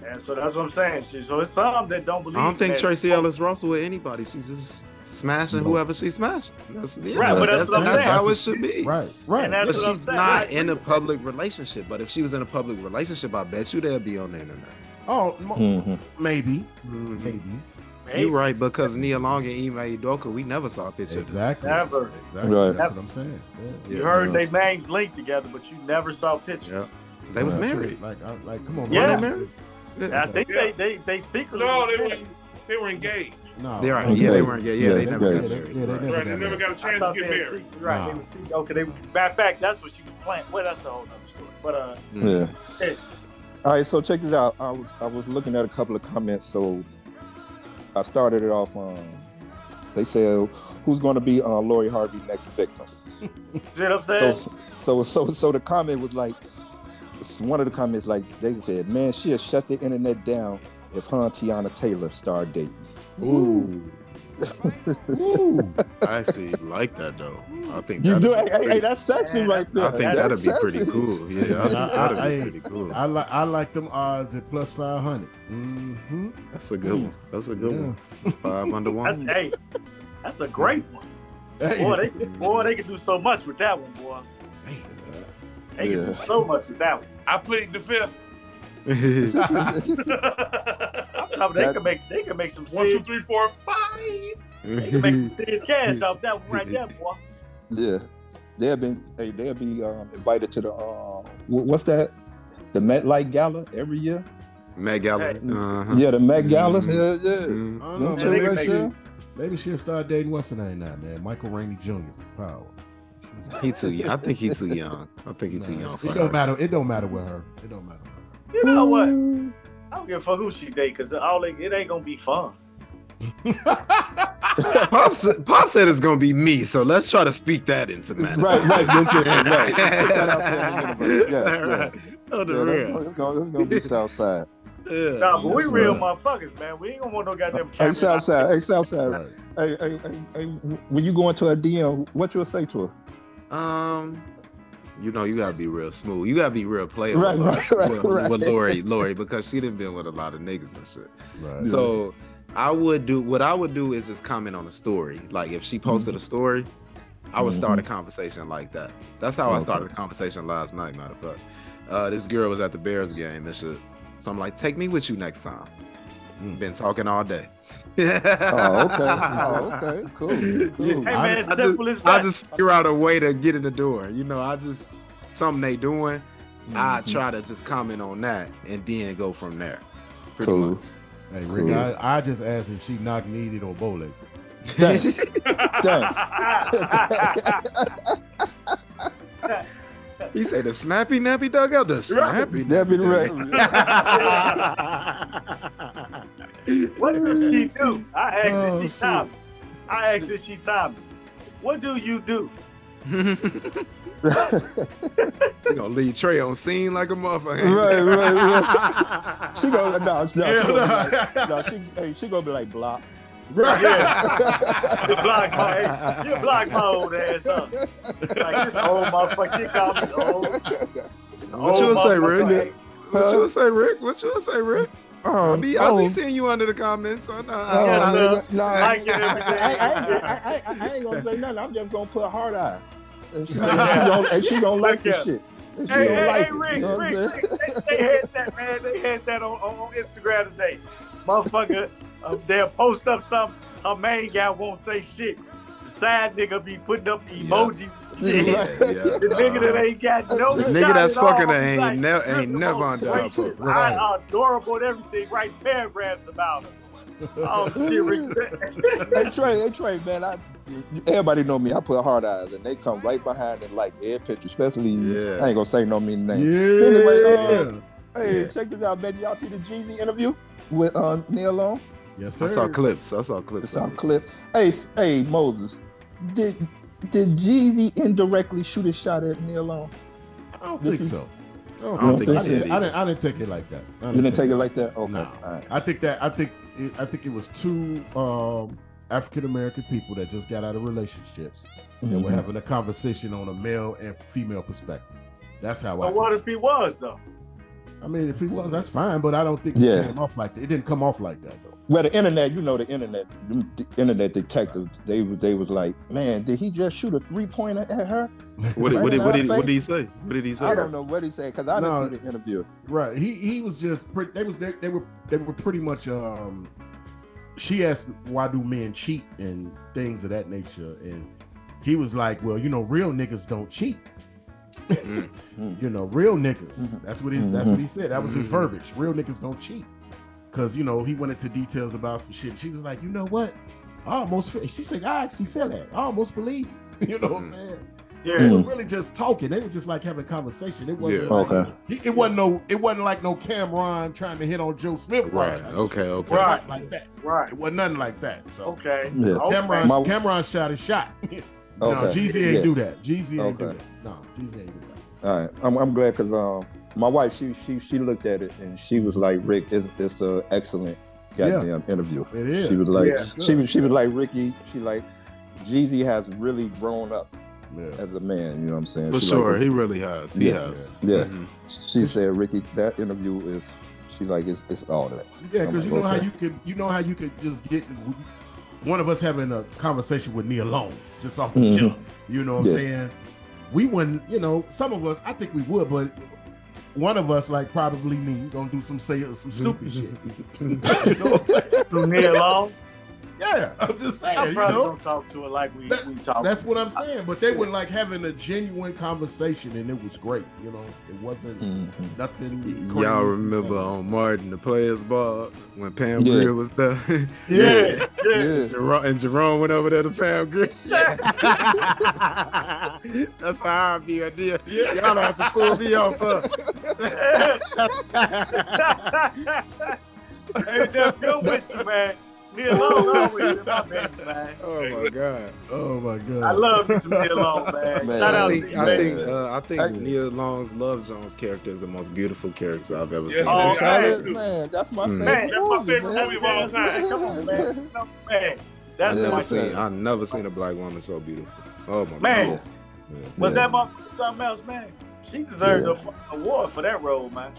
And so that's what I'm saying. She- So it's some that don't believe. I don't think that. Tracy Ellis Russell with anybody. She's just smashing No. whoever she's smashing. That's, yeah, Right, but but that's, that's what I'm that's saying. how it should be. Right. Right. And that's but what I'm she's saying. not Right. in a public relationship. But if she was in a public relationship, I bet you they'd be on the internet. oh, mo- Mhm. maybe. Mm-hmm. Maybe. Hey, You're right because Nia Long and Ime Udoka, we never saw a picture. of them. Exactly. Never. Exactly. Right. That's what I'm saying. Yeah. You Yeah. heard they names linked together, but you never saw pictures. They was Yeah. married. Like, I, like, come on. Yeah. man. They married? And I think they they they secretly. No, was they married. were, they were engaged. No. They are. Okay. Yeah, they weren't. Yeah, yeah, Yeah, they they- never yeah, got they- married. yeah, they Right. never Right, they never got a I chance to thought they get had married. secret, right? They Nah. were secret. Okay, they matter of fact, that's what she was playing. Well, that's a whole other story. But uh, Yeah. Hey. All right, so check this out. I was I was looking at a couple of comments, so I started it off. Um, they said, "Who's going to be uh, Lori Harvey next victim?" you know what I'm saying? So, so, so, so the comment was like, one of the comments like they said, "Man, she'll shut the internet down if her and Tiana Taylor start dating." Ooh, Ooh. I actually like that though. I think You that'd do, be hey, hey, pretty- hey, that's sexy Man, right there. I think That's that'd be pretty sexy. cool. Yeah, I think I- that'd I- be pretty cool. I like I like them odds at plus five hundred. Mm-hmm. That's a good one. That's a good one. Five under That's one. hey, that's a great one. Hey. Boy, they boy they can do so much with that one, boy. They can Yeah. do so much with that one. I plead the fifth. I'm talking, they That- can make they can make some One, two, serious, three, four, five. they can make some serious cash off that one right there, boy. yeah, they'll be hey, they'll be um, invited to the uh, wh- what's that? The Met Light Gala every year. Meg Gala. Hey. Uh-huh. Yeah, the Met Gala. Mhm. Yeah, yeah. Mm. I don't know, man. Don't they you Maybe, like make that? maybe she'll start dating what's her name now, man. Michael Rainey Jr. for power. He too young. I think he's too young. I think he's too Nah, young. it for don't her. matter. It don't matter with her. It don't matter. with You know what? I don't give a fuck who she date, cause all they, it ain't gonna be fun. Pop, said- Pop said it's gonna be me, so let's try to speak that into man. Right, right, that's it, right. Put that out there in the universe. Yeah, Right. On the Yeah, that's real. gonna- it's gonna, it's gonna be Southside. Yeah. Nah, but we Yes, real sir. motherfuckers, man. We ain't gonna want no goddamn Hey, camera. Southside. Hey, her. Southside. Right. Hey, hey, hey, hey, when you go into a DM, what you'll say to her? Um, you know, you gotta be real smooth. You gotta be real playable Right, with, right, with, right, with right. Lori, Lori, because she didn't been with a lot of niggas and shit. Right. So I would do what I would do is just comment on a story. Like if she posted Mm-hmm. a story, I would start a conversation like that. That's how I Okay. started the conversation last night. Matter of fact, uh, this girl was at the Bears game and shit. So I'm like, take me with you next time. Mm. Been talking all day. Oh, okay. Oh, okay. Cool. Cool. Hey I man, it's ju- I ju- simple as I that. just figure out a way to get in the door. You know, I just something they doing. I Mhm. try to just comment on that and then go from there. Pretty Cool. much. hey, Rick, cool. I, I just asked if she knock kneaded or bow legged. Dang. Dang. He said the snappy nappy dug out the snappy. That'd be the what does she do? I asked Oh, if shit. she time. I asked if she time. What do you do? right. You gonna leave Trey on scene like a motherfucker. Right, right, She gonna no, Yeah, no, she gonna nah. be like, no, she, hey, she gonna be like block. Right. You block my, you block my old ass up. Like this old motherfucker, she called me old. What you gonna say, Rick? Rick? What you say, Rick? What you say, Rick? Oh, I be, I be seeing you under the comments. So nah, Oh, I, Yeah, nigga, no. no, I I, get it every I, day. I, I, I, I ain't gonna say nothing. I'm just gonna put hard eye. And she, Yeah. she gonna, and she gonna like Look this at- shit. And she Hey, gonna hey, like hey, it. Rick, You know what I'm Rick, saying? They, they had that, man. They had that on, on, on Instagram today. Motherfucker, uh, they'll post up something. Her main guy won't say shit. The side nigga be putting up emojis and shit. Right. yeah, yeah. The nigga that ain't got no The nigga shot that's at all. fucking I'm ain't like, never that's ain't the never most under great shit. the Right. I adorable and everything. Write paragraphs about her. Oh shit, Rick. hey Trey, hey Trey, man, I everybody know me. I put hard eyes, and they come right behind and like every picture, especially. Yeah. I ain't gonna say no mean Yeah. name. Anyway, Hey, Yeah. check this out, man. Y'all see the Jeezy interview with uh, Neil Long? yes, sir. I saw clips. I saw clips. It's our of it. clip. Hey, s- hey, Moses, did did Jeezy indirectly shoot a shot at Neil Long? I don't think so. I don't, don't think, so. think he I, did didn't, I didn't. I didn't take it like that. I You didn't take it like that? Okay. No. All right. I think that I think it, I think it was two um, African American people that just got out of relationships Mm-hmm. and were having a conversation on a male and female perspective. That's how I. But took what it. if he was though? I mean, if he was, that's fine, but I don't think it Yeah. came off like that. It didn't come off like that. Well, the internet, you know, the internet, them- the internet detectives, they was- they was like, man, did he just shoot a three pointer at her? What did, what, Right did, in what, our did, what face. did he say? What did he say? I don't know what he said because I didn't No. see the interview. Right. He he was just pretty. They was they, they were they were pretty much. um She asked why do men cheat and things of that nature, and he was like, "Well, you know, real niggas don't cheat. Mm. you know, real niggas. That's what his. That's what he said. That was his Mhm. verbiage. Real niggas don't cheat. Because you know he went into details about some shit. She was like, "You know what? I almost." Feel, she said, "I actually feel that. I almost believe." it." You know what I'm Mhm. saying? They Mm. Yeah. were really just talking. They were just like having conversation. It wasn't Yeah. like, Okay. he- it wasn't no it wasn't like no Cameron trying to hit on Joe Smith. Right. Type of shit. Okay. Okay. It Right. wasn't like that. Right. It wasn't nothing like that. So Okay. Yeah. okay. Cameron My- Cameron shot his shot. no, Okay. Jeezy ain't Yeah. do that. Jeezy ain't do Okay. that. No, Jeezy ain't do that. All right, I'm, I'm glad because um, my wife she she she looked at it and she was like, Rick, it's it's an excellent goddamn interview. It is. She was like, Yeah. she was she was like Ricky. She like, Jeezy has really grown up Yeah. as a man. You know what I'm saying? For She sure. Like, he really has. He Yeah. has. yeah. Mhm. She said, Ricky, that interview is. She like it's it's all that. Yeah, because I'm you know like, how okay. you could you know how you could just get one of us having a conversation with me alone, just off the Mhm. jump. You know what Yeah. I'm saying? We wouldn't, you know, some of us, I think we would, but one of us, like probably me, gonna do some say some stupid shit. You know what I'm saying? Neil Long. Yeah, I'm just saying, I you probably know. don't talk to her like we, That- we talk. That's what I'm saying. But they were like having a genuine conversation and it was great, you know. It wasn't Mhm. nothing Y- crazy. Oh, Y'all remember um, on Martin the Players Ball when Pam Yeah. Grier was there? Yeah. yeah. Yeah. Jerome, and Jerome went over there to Pam Grier. That's how I be a deal. Y'all have to pull me off up. hey, Jeff, go with you, man. Neil Long always in my baby, man. Oh my god. Oh my god. I love me some Neil Long, man. Man, Shout I out think, to you, I man. think, uh, I think I- Neil Long's Love Jones character is the most beautiful character I've ever Yeah. seen. Oh, Oh, yeah. Charlotte, man, that's my Mm. favorite. Man, that's my movie, favorite man. movie of all time. Come on, man. Come on, man. That's I've Yeah, never my that's seen. it. shit. I've never seen a black woman so beautiful. Oh my Man. god. Was Yeah. that motherfucker something else, man? She deserved Yeah. a fucking award for that role, man.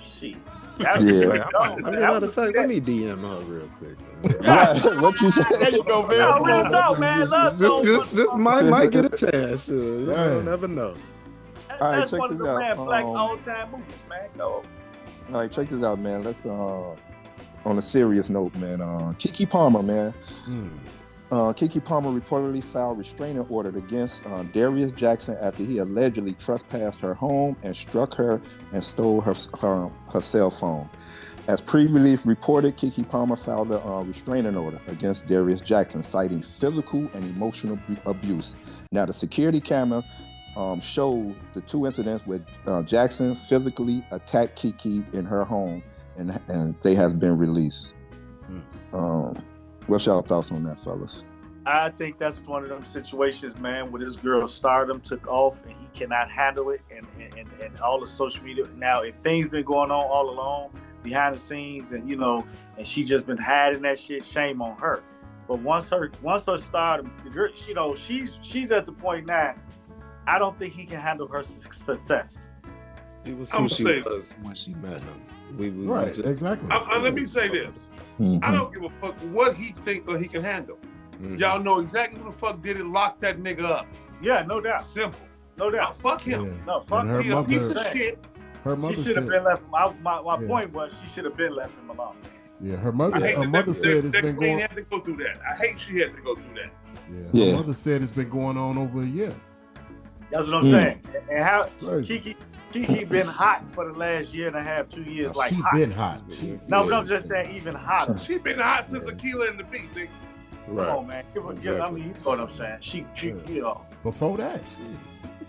She. That Wait, I Yeah. might- I mean, That matter of was- fact, let me DM her real quick. man. Right, what you said? There you go, man. No, Come real on, talk, man. Love This, Jones this, was- this might, might get a chance. uh, You Right. don't never know. That- All right, That's check one of this the out. red flag Um, all-time movies, man. No. All right, check this out, man. Let's uh, on a serious note, man. Uh, Kiki Palmer, man. Hmm. Mm. Uh, Kiki Palmer reportedly filed restraining order against uh, Darius Jackson after he allegedly trespassed her home and struck her and stole her her, her cell phone. As previously reported, Kiki Palmer filed a uh, restraining order against Darius Jackson, citing physical and emotional bu- abuse. Now, the security camera um, showed the two incidents where uh, Jackson physically attacked Kiki in her home, and and they have been released. Hmm. Um, what's y'all thoughts on that, fellas? I think that's one of them situations, man, where this girl's stardom took off and he cannot handle it, and and, and, and all the social media. Now, if things been going on all along behind the scenes, and you know, and she just been hiding that shit, shame on her. But once her once her stardom, the girl, you know, she's she's at the point now. I don't think he can handle her su- success. She was I'ma who she say- was when she met him. We, we we Right, just- exactly. I, I- let me say this: Hmm. Mm-hmm. I don't give a fuck what he think or he can handle. Mhm. Y'all know exactly who the fuck did it. Lock that nigga up. Yeah, no doubt. Simple. No Now, doubt. fuck him. Yeah. No, fuck And her He a piece of mother- shit. Her mother She should said, have been left. My, my, my Yeah. point was she should have been left him alone. yeah, her I mother, hate her that mother that- said it's that been queen going. had to go through that. I hate she had to go through that. Yeah, Yeah. her mother said it's been going on over a year. That's what I'm Mm. saying. And how Crazy. Kiki Kiki been hot for the last year and a half, two years, like she hot. been hot. She- no, but I'm just saying even hotter. She been hot since Yeah. Aquila and the beat. nigga. Right. Come on, man. Give her- give her- I mean, you know what I'm saying. She, she Yeah. you know, Before that,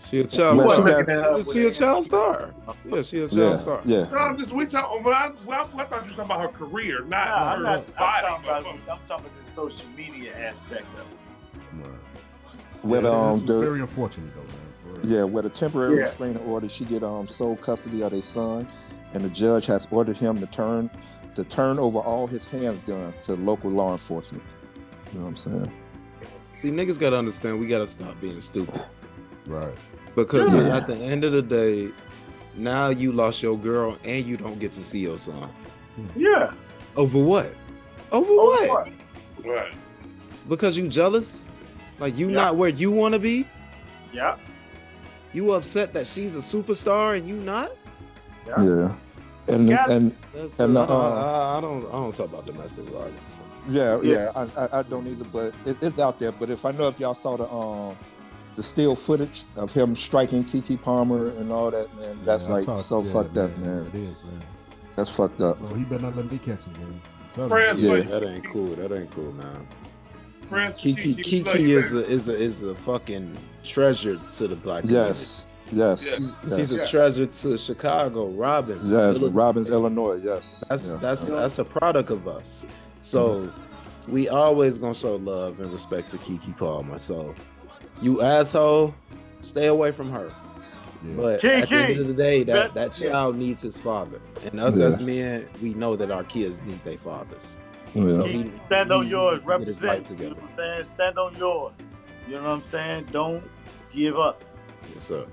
shit. She a child Man, she star. got- She, she a child star. Yeah, she a child Yeah, star. yeah. No, I'm just we talk. Well, I, well, I thought you were talking about her career, not Nah, I'm her not. I'm body. talking about. motherfucker. I'm talking about the social media aspect of it. Well, Yeah, this um, was the- very unfortunate though, man. for real. Yeah, with a temporary Yeah. restraining order, she get um sole custody of their son, and the judge has ordered him to turn to turn over all his handguns to local law enforcement. You know what I'm saying? See, niggas gotta understand. We gotta stop being stupid Right. because Yeah. at the end of the day, now you lost your girl and you don't get to see your son. Yeah. Over what? Over Oh, what? what? Right. Because you jealous? Like you Yeah. not where you want to be? Yeah. You upset that she's a superstar and you not? Yeah. Yeah. And Yeah. and That's And, I, don't- uh, I- I don't I don't talk about domestic violence. yeah, Yeah. yeah, I, I, I don't either, but it, it's out there. But if I know if y'all saw the um the still footage of him striking Kiki Palmer and all that, man, that's Yeah, I like saw- so yeah, fucked up, man. It is, man. That's fucked up. Well, he better not let me catch him, man. I'm telling Friends, you. Yeah. with- That ain't cool. That ain't cool, man. friends, with Kiki Kiki, Kiki Slater. is a is a is a fucking treasure to the black Yes, yes, Yeah. yes, community. yes. She's a treasure to Chicago, Robbins. Illinois. Robbins, Illinois. Yes, That's Yeah. that's Yeah. that's a product of us. So we always gonna show love and respect to Kiki Palmer. So you asshole, stay away from her. Yeah. But at Kiki, the end of the day, that, that yeah. child needs his father. And us Yeah. as men, we know that our kids need their fathers. yeah. So Kiki, he- stand on he yours. get his life Represent. You know together. what I'm saying? Stand on yours. You know what I'm saying? Don't give up. Yes, sir.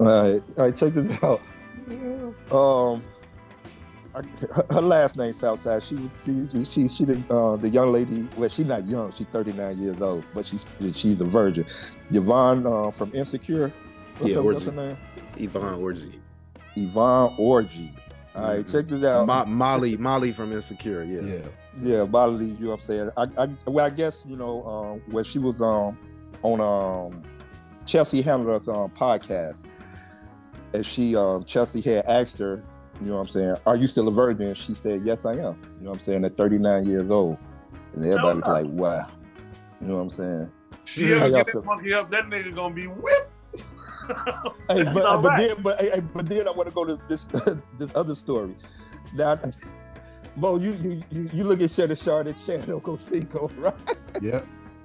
All right, all right, check this out. Um, I, her, her last name Southside. She was she she she the uh, the young lady. Well, she's not young. She's thirty nine years old, but she's she's a virgin. Yvonne uh, from Insecure. What's, Yeah, her, what's her virgin. name? Yvonne Orgy. Yvonne Orgy. All right, Mhm. check this out. Mo- Molly, Molly from Insecure, yeah. Yeah. Yeah, bodily. You know what I'm saying? I, I, well, I guess you know um, when she was um, on um, Chelsea Handler's um, podcast, and she um, Chelsea had asked her, you know what I'm saying? Are you still a virgin? She said, Yes, I am. You know what I'm saying? At 39 years old, and everybody was like, Wow. You know what I'm saying? She How ever y'all get feel? that monkey up, that nigga gonna be whipped. Hey, That's but, all but right. then, but, hey, hey, but then I want to go to this this other story. Now, Bo, you you you, you look at Shannon Shard and Chad Okosinko, right? Yeah.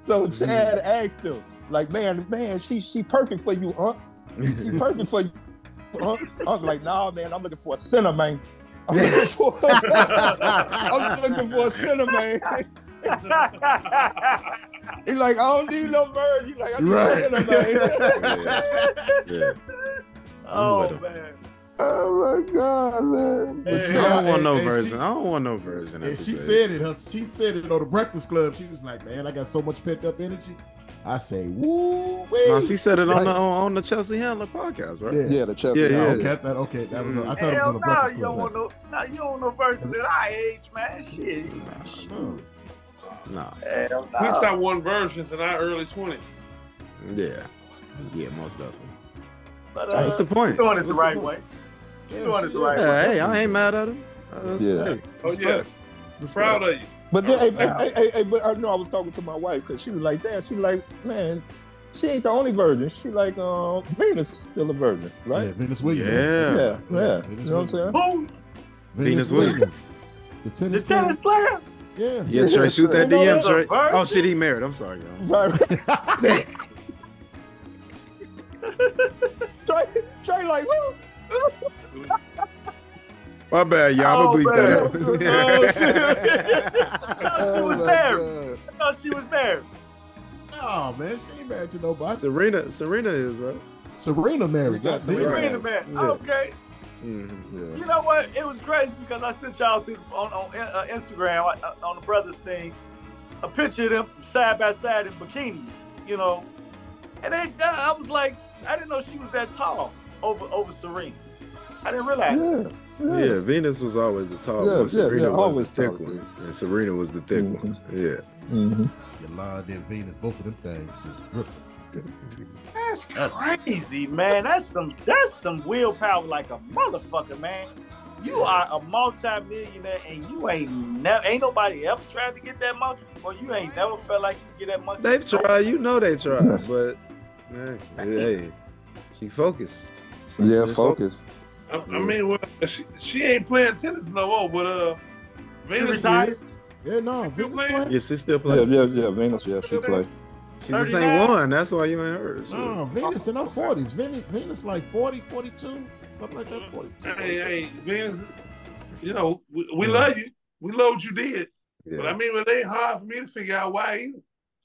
So Chad asked him, like, man, man, she she perfect for you, huh? She perfect for you. Huh? I'm like, nah, man, I'm looking for a center, man. I'm looking for, I'm looking for a center, man. He's like, I don't need no bird. He's like, I need Right. a center, man. yeah. with oh him. man. oh my god, man. But Hey, I she- don't want no and- and version. she- I don't want no version. And she said it. Her, she said it on the Breakfast Club. She was like, "Man, I got so much pent up energy." I say, "Woo, wee." No, she said it on Right. the on on the Chelsea Handler podcast, right? Yeah. Yeah, the Chelsea. Yeah, Oh, yeah. okay, I thought, okay, that was. on- I thought it was Hell on the no, Breakfast you don't want Club. no, no, you don't want no virgins at our age, man. Shit. No. Nah. Hell We no. shot one versions in our early twenties. Oh, Yeah. Yeah, most of them. But, What's the uh, point? you're doing it the What's right point? way. Yeah, doing it the she- Yeah, right way. hey, I ain't mad at him. Uh, that's- Yeah. hey, Oh yeah, respect. Respect. proud of you. But then, hey, Wow. hey, hey, hey, but uh, I know I was talking to my wife because she was like, "Damn," she was like, "Man, she ain't the only virgin. She like, um, Venus still a virgin, Yeah, right? Venus Yeah. Williams. Yeah, yeah. Venus You know what I'm saying? Williams. Boom, Venus Williams. the the tennis player. tennis player. Yeah, Yeah, Trey, shoot that You know, DM, that's a Trey. Oh virgin. shit, he married. I'm sorry, y'all. I'm sorry. Right. Trey, Trey, like, woo. My bad, y'all. Oh, I don't believe man. that. I thought she was Oh my married. God. I thought she was married. No, man, she ain't married to nobody. Serena, Serena is right. Serena married. Yeah, not Serena. Venus. Wait a minute. Yeah. Okay. Mhm. Yeah. You know what? It was crazy because I sent y'all through on, on uh, Instagram uh, on the brothers thing a picture of them side by side in bikinis, you know, and they, uh, I was like, I didn't know she was that tall over over Serena. I didn't realize. Yeah. Yeah. Venus was always the tall Yeah, yeah, one. Serena yeah, was the always thick tall, one. yeah. And Serena was the thick Mhm. one. Yeah. Mhm. Yolanda and Venus, both of them things just ripping. That's crazy, man. That's some that's some willpower like a motherfucker, man. You are a multi-millionaire and you ain't never ain't nobody ever tried to get that monkey. Well, you ain't never felt like you could get that monkey. They've tried, you know they tried, but man, hey, she focused. She Yeah, been focus. I, I mean, well, she, she ain't playing tennis no more, but uh, She Venus retired. Yeah, no, Still Venus playing? playing. Yeah, she still Yeah, playing. yeah, yeah. Venus, yeah, she play. She just 39? ain't won. That's why you ain't heard. No, Venus in her forties. Venus, Venus like 40, 42, something like that. 42. Hey, hey, Venus, you know, we, we love you. We love what you did. Yeah. But I mean, it ain't hard for me to figure out why either.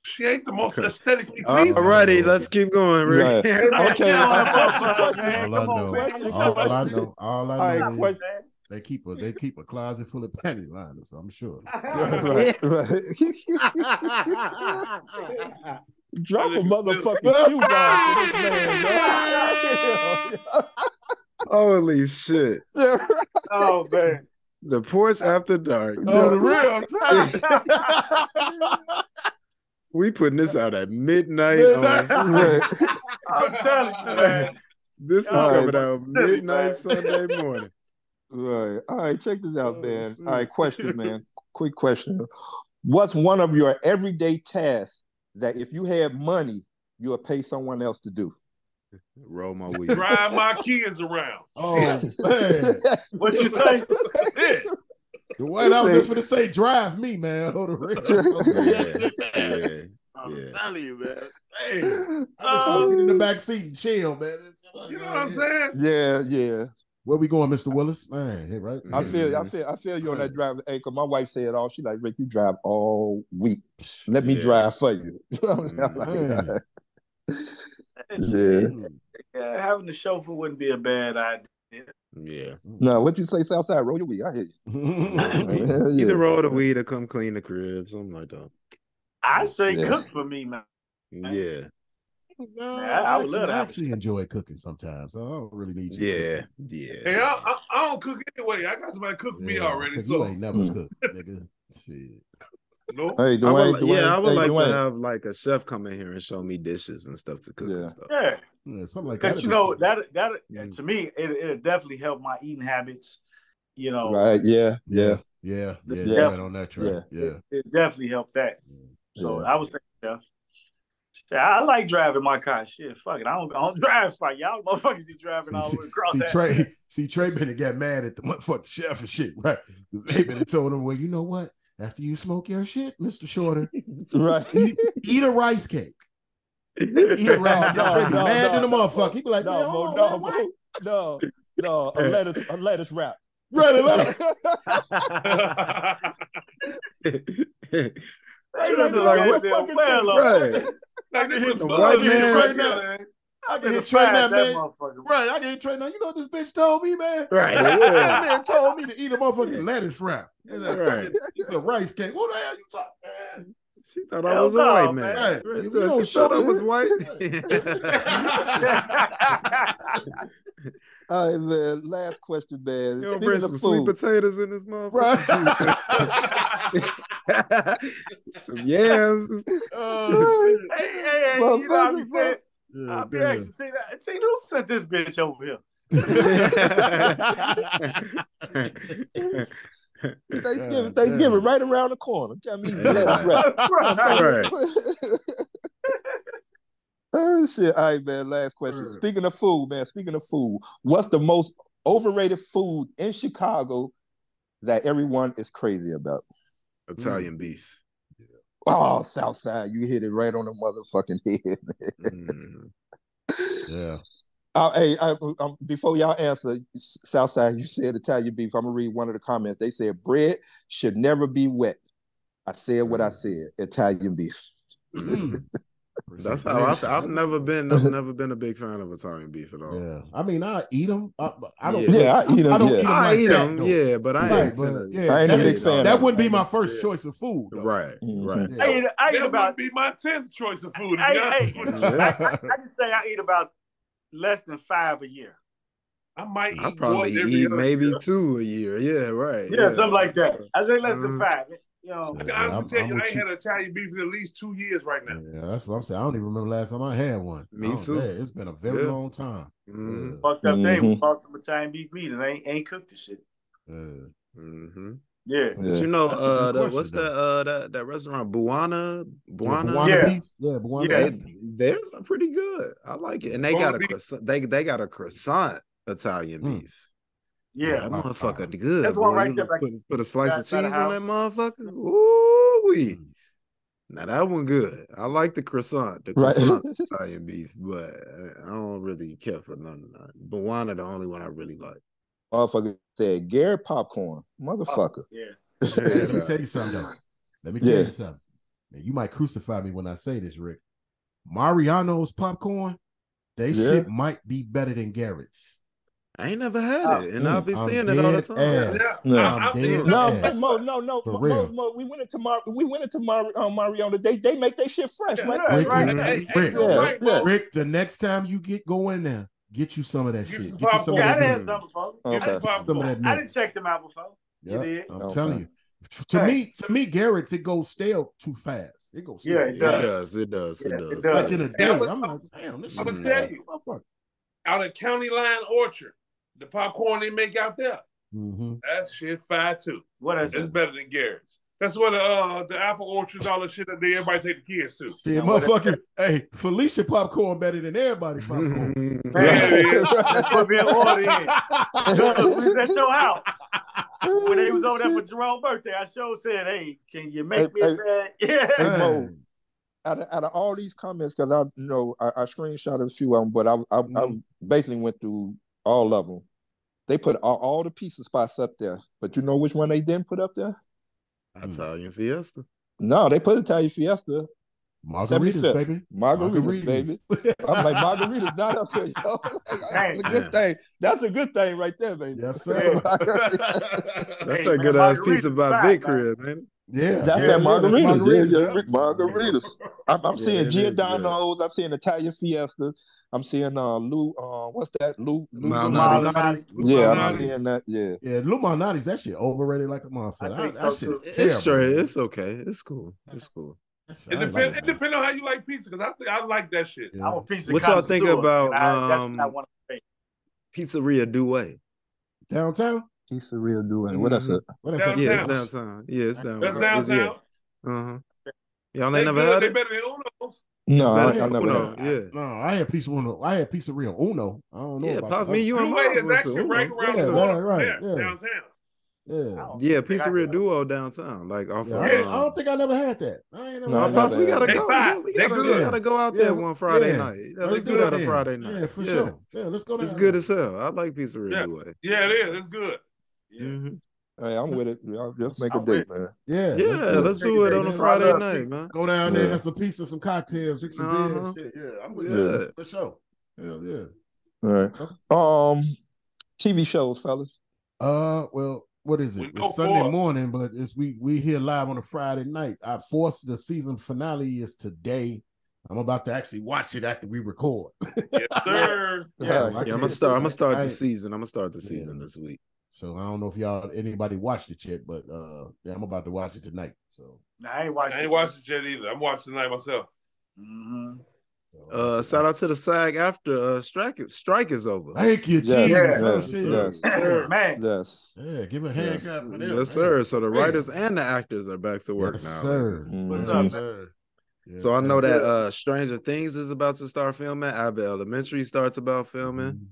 She ain't the most Okay. Uh, aesthetically pleasing. Alrighty, let's keep going, Rick. Okay. Yeah. question, Man, come on, Orlando. man. All, I know, all I know All right, is question. they keep a they keep a closet full of panty liners. I'm sure. question. Right, right. Drop a motherfucking shoe down for this man, dog. Holy shit. Damn. Oh man. The porch after dark. Oh, the real. I'm telling you. We putting this out at midnight. Midnight. On, Right. I'm telling you, man. this is All right. coming out midnight Silly, Sunday morning. Right. All right. Check this out, Oh, man. shit. All right. Question, man. Quick question. What's one of your everyday tasks that if you had money, you would pay someone else to do? Roll my weed. Drive my kids around. Oh man, What you say? Shit. The one I was just gonna say, drive me, man. Oh, the real. Yeah. Yeah. I'm Yeah. telling you, man. Hey, I just want to get in the back seat and chill, man. Oh. You know what I'm saying? yeah, yeah. Where we going, Mr. Willis? Man, hey, right? I feel I feel I feel you on that drive. Hey, cause my wife said all she like, Rick, you drive all week. Let me Yeah. drive for you. I'm like, Man. "All right." yeah. Yeah, having the chauffeur wouldn't be a bad idea. Yeah. No, what you say, Southside? Roll your weed. I hear you. Hell yeah. Either roll the weed or come clean the crib, something like that. I say Yeah. cook for me, man. Yeah. No, I would actually- love to I have actually enjoy cooking sometimes. I don't really need you. Yeah. cooking. Hey, Yeah. I, I, I don't cook anyway. I got somebody cooking me Yeah, already. 'cause So, You ain't never Mm. cooked, nigga. Shit. no. Uh, Hey, I Dwayne, would, Dwayne, yeah, I would hey, like Dwayne. to have like a chef come in here and show me dishes and stuff to cook Yeah. and stuff. Yeah. Yeah, something like that. Because you know that that Mm. to me it it'll definitely help my eating habits. You know, Right, yeah, yeah. Yeah, yeah, yeah. Yeah. you right on that track. Yeah. it, it definitely helped that. So yeah. I was saying, yeah. Shit, I like driving my car. Shit, fuck it. I don't, I don't drive. Fuck y'all, motherfuckers be driving all the way across See that. Trey, see Trey Bennett got mad at the motherfucking chef and shit, right? 'Cause They been told him, well, you know what? After you smoke your shit, Mister Shorter, Right. eat, eat a rice cake. Eat a rice. No, cake. Trey be no, mad no, than a no. motherfucker. He be like, man, No, hold no, on, what? no, no, no, a lettuce, a lettuce wrap. Right, right. They Trey look be like like, what what the fucking hell? thing? Like, right. Like, this hit is the fun, white man. man right now. Man. I can they hit Trey now, fired that man. motherfucker. Right, I can Trey now. You know what this bitch told me, man? Right. That Yeah. man told me to eat a motherfucking lettuce wrap. It's a, Right. it's a rice cake. What the hell you talking? man? She thought I Hell was a no, white man. man. If Right. you So don't she thought show I me- was white. All right, man. Last question, man. you don't Speaking bring of some sweet food, potatoes in this motherfucker. Right. some yams. Oh, shit. hey, hey, hey, you know what I'm Motherfucker, saying? Yeah, I'll be damn. asking, see, that- see, who sent this bitch over here? Thanksgiving, God Thanksgiving, damn. right around the corner. I mean, lettuce wrap. Right. right. oh shit! All right, man. Last question. Sure. Speaking of food, man. Speaking of food, what's the most overrated food in Chicago that everyone is crazy about? Italian beef. Oh, Southside, you hit it right on the motherfucking head. Mm. Yeah. Uh, hey, I, um, before y'all answer, S- Southside, you said Italian beef. I'm gonna read one of the comments. They said bread should never be wet. I said what I said. Italian beef. Mm. That's how I've, I've never been. I've never been a big fan of Italian beef at all. Yeah, I mean, I eat them. I, I don't. Yeah. Yeah, I eat 'em, I don't yeah. eat them. I eat that, them, though. yeah, but I Right, ain't. but, finna- yeah, I ain't a that- big fan. That wouldn't be my Yeah. first choice of food, though. Right, Mhm. right. Yeah. I eat, I eat That about would be my tenth choice of food. Hey, Hey, hey. I can say I eat about less than five a year. I might eat I probably one every eat other maybe year. two a year. Yeah, right. Yeah, something like that. I say less than Mhm. five. You know, I Yeah, can honestly I'm- tell I'm you, with I ain't you. had Italian beef in at least two years right now. Yeah, that's what I'm saying. I don't even remember last time I had one. Me Oh, too. yeah, it's been a very Yeah. long time. Mm-hmm. fucked up thing. We Mhm. bought some Italian beef meat and ain't ain't cooked the shit. Yeah. Mm-hmm. Yeah. But Yeah. you know, That's a good uh, that, question, what's that? though. Uh, that that restaurant, Buana, Yeah, Buana. Buana Yeah. beef. Yeah, Buana Yeah. beef. They, theirs are pretty good. I like it, and they got a Buana beef. croissant. They they got a croissant Italian Mm. beef. Yeah. Hmm. that motherfucker good. That's one boy. right You there, put, like, put a slice of cheese outside on the that motherfucker. Ooh wee. Mm. Now that one good. I like the croissant, the Right. croissant Italian beef, but I don't really care for none. of that. Bawana the only one I really like. Motherfucker said Garrett popcorn. Motherfucker. Yeah. Let me tell you something. Though. Let me tell Yeah. you something. Now, you might crucify me when I say this, Rick. Mariano's popcorn, they Yeah. shit might be better than Garrett's. I ain't never had Oh, it, and I'll Mm, be I'm seeing it all the dead time. Yeah. ass. No. I- I- I'm dead no, No, Yeah. ass. Mo, no, no, For Mo, real. Mo, Mo, we went into Mar, we went into Mar, uh, Mariona. They they make their shit fresh, Yeah, right? yeah, Rick, right. Mhm. Hey, hey, Rick. you're Yeah, right, Mo. Rick, the next time you get go in there, get you some of that Get shit. some Get you some of Yeah, I that done had milk. some before. Get Okay. some popcorn. Some of that I milk. didn't check them out before. You Yep, did. I'm Okay. telling you. T- To Hey. me, to me, Garrett's it goes stale too fast. It goes stale. Yeah, it It does. does, it does, it Yeah, it does. does. Like in a day, Hey, I was- I'm like, damn, this I shit. was is telling you. stale. Out of County Line Orchard, the popcorn they make out there, Mm-hmm. Mhm. that shit fire too. What is It's it? better than Garrett's. That's what uh the apple orchards, all the shit that they everybody take the kids to. Shit, Now, what- motherfucker. Hey, Felicia popcorn better than everybody's popcorn. Yeah, it is. That's what we ordered in. Look, we was at your house. When they was over there for Jerome's birthday, I sure said, hey, can you make Hey, me a bag? Yeah. Hey, Mo, Man. out of, out of all these comments, because I you know I, I screenshot a few of them, but I I, Mhm. I basically went through all of them. They put all, all the pizza spots up there, but you know which one they didn't put up there? Italian fiesta. No, they put Italian Fiesta, Margaritas, 75th. baby. margaritas, baby. I'm like margaritas not up here, yo. Man. That's a good thing. That's a good thing right there, baby. yes, sir. That's Hey, that man, good ass margaritas pizza by fine, Vic man. Crib, man. yeah, That's yeah, that yeah, that's margarita. Yeah, yeah, margaritas. Rick, margaritas. I'm, I'm Yeah, seeing it is good. Giordano's. I'm seeing Italian Fiesta. I'm seeing uh Lou. Uh, what's that? Lou. Lou Malnati's. Malnati's. Yeah, I'm Malnati's. seeing that. Yeah. Yeah, Luminati's, that shit overrated like a motherfucker. I think That- so, that shit too. is It's terrible. straight. man. It's okay. It's cool. It's cool. That shit- It I ain't like depends. that. It depends on how you like pizza, because I think I like that shit. Yeah. I'm a piece of What y'all think connoisseur, about, and I- that's um, what I wanna say. Pizzeria Duet. Downtown? Pizzeria doing. What else? What Downtown. Yeah, it's downtown. Yeah, it's downtown. That's It's- downtown. yeah. Uh-huh. Y'all They, ain't never good. had they it? better than Uno's. No, better I, than I never Uno. had. had it. No, I had pizza Uno. I had pizza real Uno. I don't know Yeah, about pops, the me, other- you and You Miles wait, went that to shit right Uno. around Yeah, the corner. right, right, there, yeah. downtown. Yeah, Yeah, Pizzeria Duo downtown, like off. yeah. of, I, ain't- um, I don't think I never had that. I ain't never No, Oh, I had pops, that. we gotta They go. fine. We They gotta, good. we gotta go out Yeah, there one Friday yeah. night. Yeah, Let's let's do do that that on then. Friday night. Yeah, for sure. Yeah, let's go down. It's good there. as hell. I like Pizzeria Yeah. Duet. Yeah, it is. It's good. Mhm. Hey, I'm with it. I'll just make a I'm date, man. Yeah, Yeah, let's do it. let's do it on a Yeah. Friday love night, pizza. man. Go down there, Yeah. have some pizza, some cocktails, drink some beer Uh-huh. and shit. Yeah, I'm with Yeah. it. For sure. Hell yeah. All right. Um, TV shows, fellas. Uh, well, what is We it? know It's Sunday four. morning, but it's we we here live on a Friday night. I forced the season finale is today. I'm about to actually watch it after we record. Yes, sir. Yeah, All right. Yeah, I'm gonna start. I'm gonna start I- the season. I'm gonna start the Yeah. season this week. So I don't know if y'all anybody watched it yet, but uh, yeah, I'm about to watch it tonight. So, Nah, I ain't watching I ain't watching Jet either. I'm watching tonight myself. hmm Uh, shout out to the SAG after uh, strike strike is over. Thank you, Yes, Jesus. yes, Oh, shit. yes. Man, Yes. Yeah, give a hand Yes, clap for them. yes, Hey. sir. So the Hey. writers and the actors are back to work Yes, now. sir. What's Mhm. up, man? sir. Yeah, So I know thank that uh Stranger Things is about to start filming. Abbott Elementary starts about you. filming,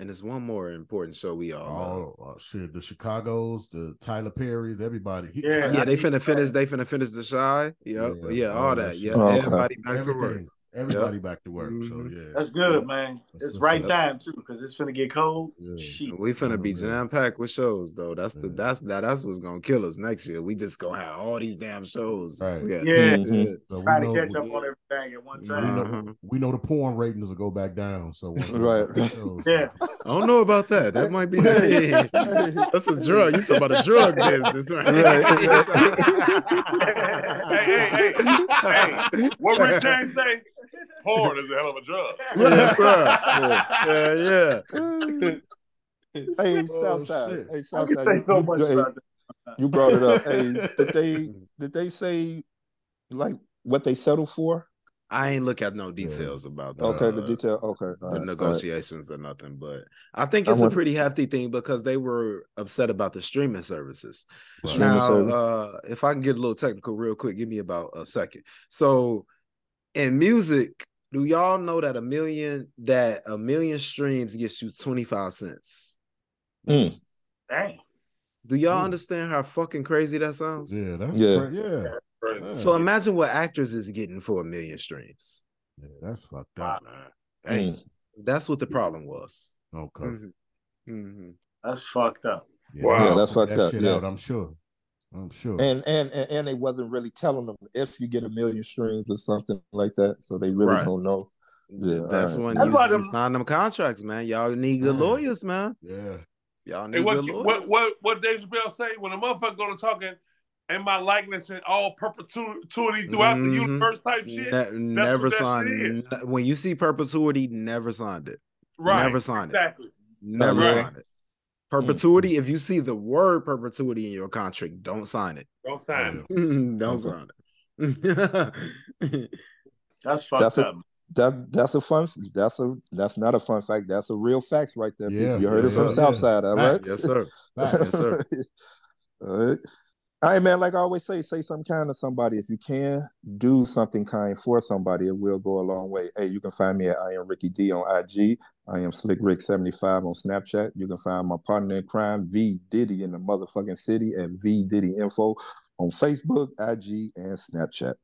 and it's one more important show we all love. Mm-hmm. Oh, oh, shit! The Chicago's, the Tyler Perry's, everybody. He- Yeah. Yeah, they I- finna finish. They finna finish the shy. Yep. Yeah, yeah, all all that that. shit. Yeah, Oh, okay. everybody back to work. everything, Everybody back to work. So Mhm. yeah. Mm-hmm. That's good, man. It's what's right up. time too, because it's finna get cold. Yeah. Shit. We finna be Yeah. jam packed with shows though. That's the Yeah. that's that, that's what's gonna kill us next year. We just gonna have all these damn shows. Right. We got- Yeah. Mhm. So we Trying to know- catch up we- on everything at one we time. Mm. know- Uh-huh. We know the porn ratings will go back down. So once we Right. get the shows, Yeah. I don't know about that. That might be that's a drug. You talking about a drug business, right? Hey, hey, hey, hey. What Rick James say? Porn is a hell of a drug. yes, sir. Yeah, yeah. hey, Oh, Southside. shit. I Hey, can Southside. say you- so you- much hey, about that. You brought it up. Hey, did they did they say like what they settled for? I ain't look at no details about the, Okay, the uh, detail. Okay, all the right, all right. negotiations or nothing, but I think I it's a want- pretty hefty thing because they were upset about the streaming services. Right. Streaming now, service. uh, if I can get a little technical real quick, give me about a second. So, in music, do y'all know that a million that a million streams gets you twenty five cents? Dang. Do y'all Hmm. understand how fucking crazy that sounds? yeah, that's Yeah. cra- yeah. Right. Yeah. So imagine what actors is getting for a million streams. yeah, that's fucked up, man. Hey, Mm. that's what the problem was. Okay. Mm. Mhm. Mhm. That's fucked up. Yeah, Wow. they Yeah, that's took fucked up, Shit yeah. out, I'm sure. I'm sure. And, and and and they wasn't really telling them if you get a million streams or something like that, so they really Right. don't know. Yeah, that's all right. when That's you, why you them- sign them contracts, man. Y'all need good Mm. lawyers, man. yeah. Y'all need Hey, what, good lawyers. what what what Dave Chappelle say when a motherfucker go to talking and my likeness in all perpetuity throughout Mhm. the universe type shit? Ne- never what that signed. ne- when you see perpetuity, never signed it. right. Never signed it. exactly. Never Right. signed it. Perpetuity. If you see the word perpetuity in your contract, don't sign it. Don't sign Yeah. it. don't Okay. sign it. That's fucked That's a- up. That that's a fun. That's a that's not a fun fact. That's a real fact right there. Yeah, people. You heard yes, it from sir. Southside. All right. yes, sir. Fact. Yes, sir. All right. All right, man. Like I always say, say some kind to somebody. If you can do something kind for somebody, it will go a long way. Hey, you can find me at I am Ricky D on IG. I am Slick Rick seventy five on Snapchat. You can find my partner in crime V Diddy in the motherfucking city at V Diddy Info on Facebook, IG, and Snapchat.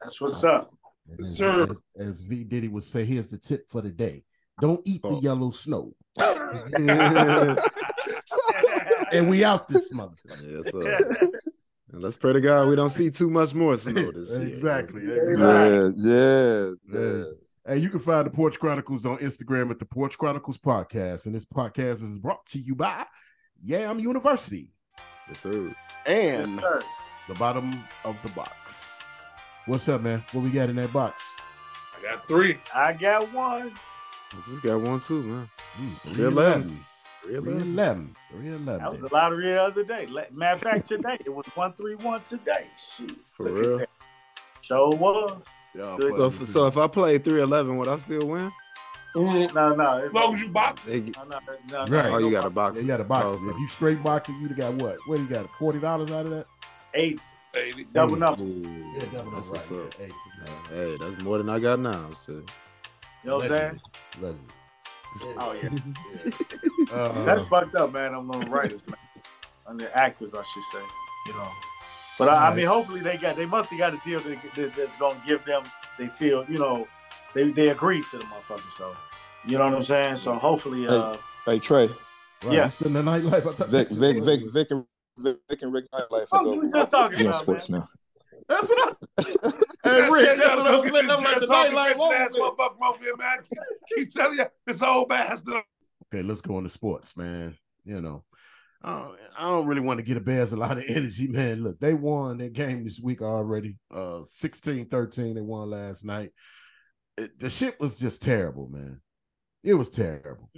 That's what's up. And as, Sure. as, as V Diddy would say, here's the tip for the day. Don't eat the Oh. yellow snow. Hey, and we out this motherfucker. Yes, sir. And let's pray to God we don't see too much more snow this year. Exactly, Yeah, yeah, yeah. Hey, you can find the Porch Chronicles on Instagram at the Porch Chronicles Podcast. And this podcast is brought to you by Yeah, I'm University Yes, sir. and Sir. the bottom of the box. What's up, man? What we got in that box? I got three. I got one. I just got one too, man. Mm, Real lemon. 311. 311. 311. That was the lottery the other day. La- Matter of fact, today it was one three one today. Shoot, For look real? at that. So was. Yeah, Good. So, if- so if I play 311, would I still win? No, no. As long as you box They get- No, no, no, no, Right. Oh, you got a box. Yeah, you got a box. Oh, okay. If you straight boxing, you got what? What do you got? Forty dollars out of that? eight it. double number. Ooh, that's what's up. Hey, Hey, that's more than I got now. shit. You know what I'm saying? Legend. Oh yeah. Uh, That's fucked up, man. I'm on the writers, man. On the actors, I should say. You know. But I, I mean, hopefully they got. They must have got a deal that, that- that's gonna give them. They feel, you know, they they agreed to the motherfucker. So, you know what I'm saying. So hopefully, uh, Hey Trey, right, yeah. I'm still in the nightlife. I thought that Vic, was Vic, over. Vic, Vic, and Vic, Vic and Rick nightlife is Fuck you over. was just talking You in about, sports now. That's what I. hey, Rick, that's what I was letting them let the nightlife Ass over. motherfucker, mafia man. Keep telling you, this old bastard. Okay, let's go into sports, man. You know, I don't, I don't really want to get a Bears a lot of energy, man. Look, they won that game this week already. Uh 16-13, they won last night. It- the shit was just terrible, man. It was terrible.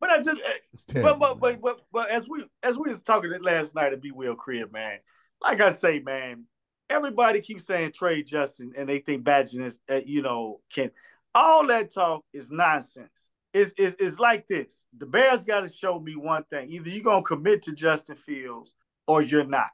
but I just It's but terrible. Mm-hmm. but, man. but but but as we as we was talking it last night at Be Will Crib, man. Like I say, man, everybody keeps saying Trey Justin, and they think Badgin is, uh, you know, can. All that talk is nonsense. It's, it's, it's like this. The Bears got to show me one thing. Either you're going to commit to Justin Fields or you're not.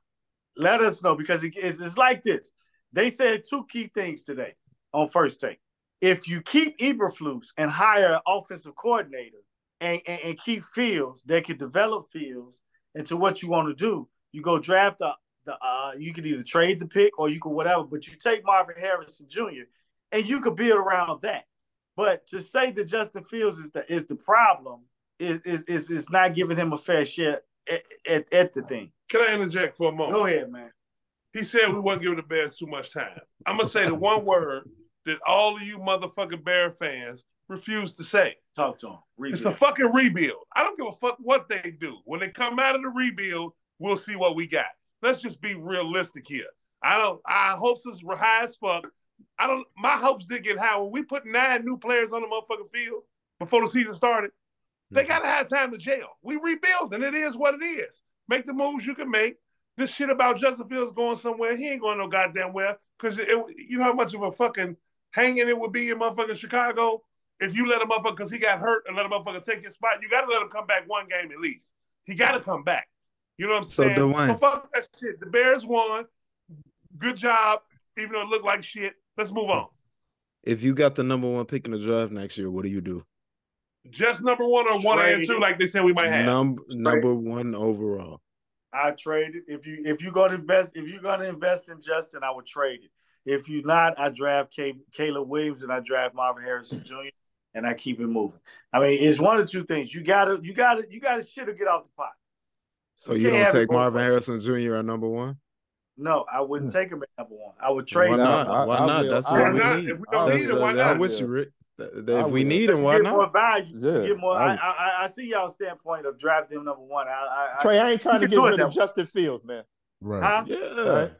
Let us know because it- it's, it's like this. They said two key things today on first take. If you keep Eberflus and hire an offensive coordinator, and, and, and keep fields that can develop fields into what you want to do. You go draft the, the uh, you can either trade the pick or you can whatever, but you take Marvin Harrison Jr. and you could build around that. But to say that Justin Fields is the is the problem is is is, is not giving him a fair share at, at, at the thing. Can I interject for a moment? Go ahead, man. He said we wasn't giving the Bears too much time. I'm gonna say the one word that all of you motherfucking Bear fans refuse to say. Talk to him. Read It's the fucking rebuild. I don't give a fuck what they do. When they come out of the rebuild, we'll see what we got. Let's just be realistic here. I don't. I hopes is high as fuck. I don't. My hopes did get high when we put nine new players on the motherfucking field before the season started. They gotta have time to jail. We rebuild, and it is what it is. Make the moves you can make. This shit about Justin Fields going somewhere, he ain't going no goddamn where. Cause it, you know how much of a fucking hanging it would be in motherfucking Chicago if you let him up because he got hurt and let him motherfucker take his spot, you got to let him come back one game at least. He got to come back. You know what I'm So, saying? Dwayne- So fuck that shit. The Bears won. Good job, even though it looked like shit. Let's move on. If you got the number one pick in the draft next year, what do you do? Just number one or one and two, like they said we might have. Num- number one overall. I trade it. If you if you gonna invest if you're gonna invest in Justin, I would trade it. If you not, I draft K, Caleb Williams and I draft Marvin Harrison Jr. and I keep it moving. I mean, it's one of two things. You gotta you gotta you gotta shit or get off the pot. So you Yeah, don't take everyone- Marvin Harrison Jr. at number one? No, I wouldn't take him at number one. I would Hmm. Why trade him. not? I- Why I not? will. That's I what will. we Why not? need. If we don't That's need him, the- why I'm not? with you, Rick. Th- th- I If we will. need Let's him, why get more not? value. Yeah, Get more. I I, would. I, I- I see y'all standpoint of drafting him number one. I, I, I Trey, I ain't trying to You get do it rid that of way. Justin Fields, man. Right. Huh? Yeah. Right?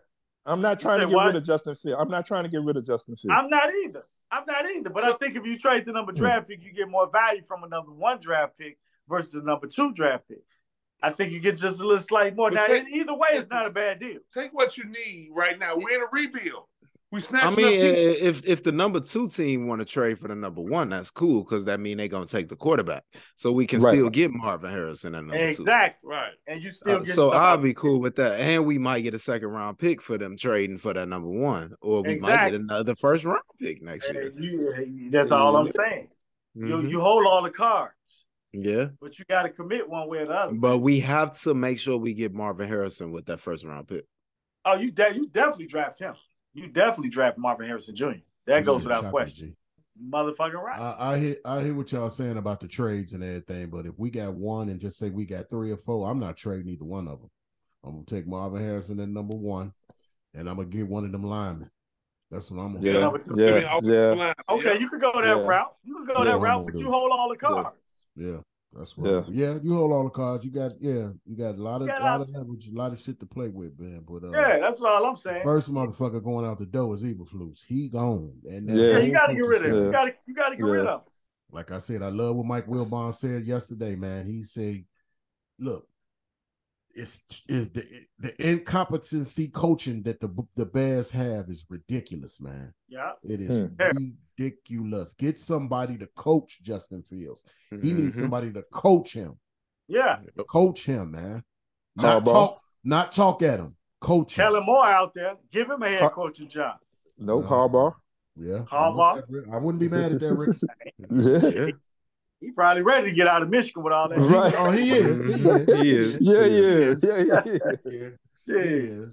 I'm not trying to said get what? rid of Justin Fields. I'm not trying to get rid of Justin Fields. I'm not either. I'm not either. But I think if you trade the number draft pick, you get more value from a number one draft pick versus a number two draft pick. I think you get just a little slight more. But Now, take- either way, it's not a bad deal. Take what you need right now. We're in a rebuild. We snatched I mean, i- up people. i- if if the number two team want to trade for the number one, that's cool because that mean they gonna take the quarterback, so we can Right. still get Marvin Harrison at number two. Exactly. right. And you still Uh, get so I'll somebody- be cool with that, and we might get a second round pick for them trading for that number one, or we might Exactly. get another first round pick next year. And you- that's all I'm saying. You Mhm. you hold all the cards, yeah, but you got to commit one way or the other. but we have to make sure we get Marvin Harrison with that first round pick. Oh, you de- you definitely draft him. You definitely draft Marvin Harrison Jr. That goes without question. Motherfucking right. I, I hear I hear what y'all saying about the trades and everything, but if we got one and just say we got three or four, I'm not trading either one of them. I'm gonna take Marvin Harrison at number one, and I'm gonna get one of them linemen. That's what I'm gonna yeah, do. number two. I yeah, mean, I was yeah. blind. okay, you could go that Yeah. route. You could go Yeah, that I'm route, gonna but do you it. hold all the Yeah. cards. Yeah, that's what. Yeah. you hold all the cards. You got yeah, you got a lot of You got lot of options. leverage, a lot of shit to play with, man. But uh, Yeah, that's all I'm the saying. first motherfucker going out the door is Eberflus. He gone, and that Yeah. yeah, whole you got to get coaching rid of staff- him. You Yeah. got to you got to get rid Yeah. of him. like I said, I love what Mike Wilbon said yesterday, man. He said, "Look, it's is the the incompetency coaching that the the Bears have is ridiculous, man. Yeah, It is ridiculous. Get somebody to coach Justin Fields. He needs Mhm. somebody to coach him. yeah. Mm-hmm. Coach him, man. Call Not ball. talk, not talk at him. Coach him. Kellen Moore out there, give him a head Har- coaching job. No Yeah. Harbaugh. Yeah, Harbaugh. I wouldn't be mad at that. Rick. yeah. Yeah, He probably ready to get out of Michigan with all that. Right. Oh, he is. He is. he is. Yeah, yeah, yeah, yeah, yeah. He shit. is.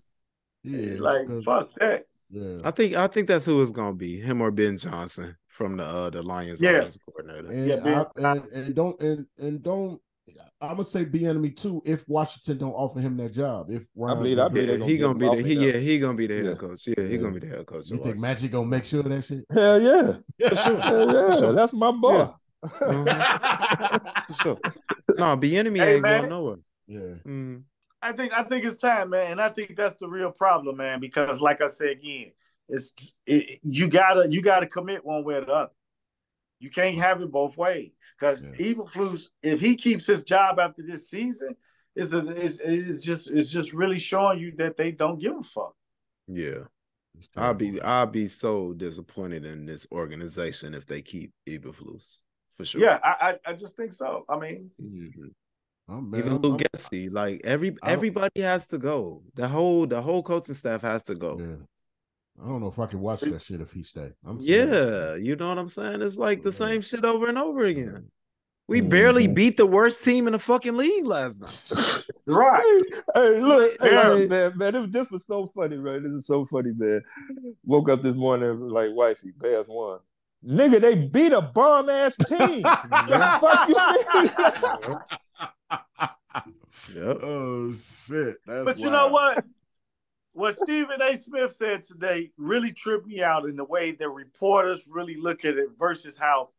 He is. like 'Cause- fuck that. Yeah. I think I think that's who it's gonna be him or Ben Johnson from the uh the Lions Yeah. offensive coordinator. And, Yeah, Ben- I, and, and don't and and don't. I'm gonna say be enemy too if Washington don't offer him that job. If Ryan, believe- I believe- Yeah, they he gonna gonna be get the him he, off yeah he gonna be the head Yeah. coach. Yeah, he Yeah. gonna be the head coach. you of think Washington. Magic gonna make sure of that shit? Hell yeah. For Hell yeah. Sure. That's my boy. Yeah. Uh-huh. For sure. No, be enemy Hey, ain't man. going nowhere. yeah. Mm-hmm. Mm. I think I think it's time, man, and I think that's the real problem, man. Because like I said again, it's it, you gotta you gotta commit one way or the other. You can't have it both ways. Because Yeah. Eberflus, if he keeps his job after this season, is a it's, it's just it's just really showing you that they don't give a fuck. Yeah, I'll be I'll be so disappointed in this organization if they keep Eberflus for sure. Yeah, I, I I just think so. I mean, Mm-hmm. Mhm. I'm, even I'm- Lou I'm- Gessie, like every I don't- everybody has to go. The whole the whole coaching staff has to go. yeah. I don't know if I can watch that shit if he stay. I'm Yeah, you know what I'm saying? It's like the Yeah. same shit over and over again. We Mm-hmm. barely beat the worst team in the fucking league last night. Right. Hey, look, hey, Yeah. look, man, man, this, this was so funny, man. This is so funny, man. Woke up this morning like wifey, Bears won. Nigga, they beat a bomb ass team. The fuck you mean? Oh shit! That's But you know wild. what? What Stephen A. Smith said today really tripped me out in the way that reporters really look at it versus how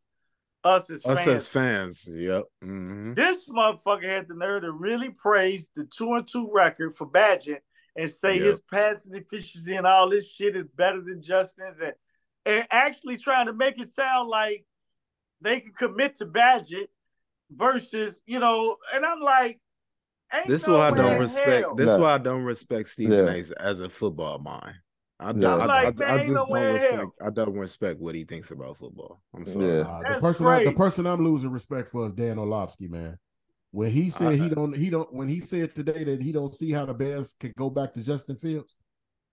us as Us fans. Mm-hmm. as fans. Yep. Mhm. this motherfucker had the nerve to really praise the two and two record for Badgett and say Yeah. his passing efficiency and all this shit is better than Justin's and and actually trying to make it sound like they can commit to Badgett versus, you know, and I'm like, ain't This is no why I way don't in respect. hell. This is No. why I don't respect Stephen Yeah. A. as a football mind. I, Yeah. don't I, Like, I- man, I ain't just no don't way in respect. hell. I don't respect what he thinks about football. I'm sorry. Yeah. Uh, the That's person I, the great. person I'm losing respect for is Dan Orlovsky, man. When he said he don't he don't when he said today that he don't see how the Bears could go back to Justin Fields,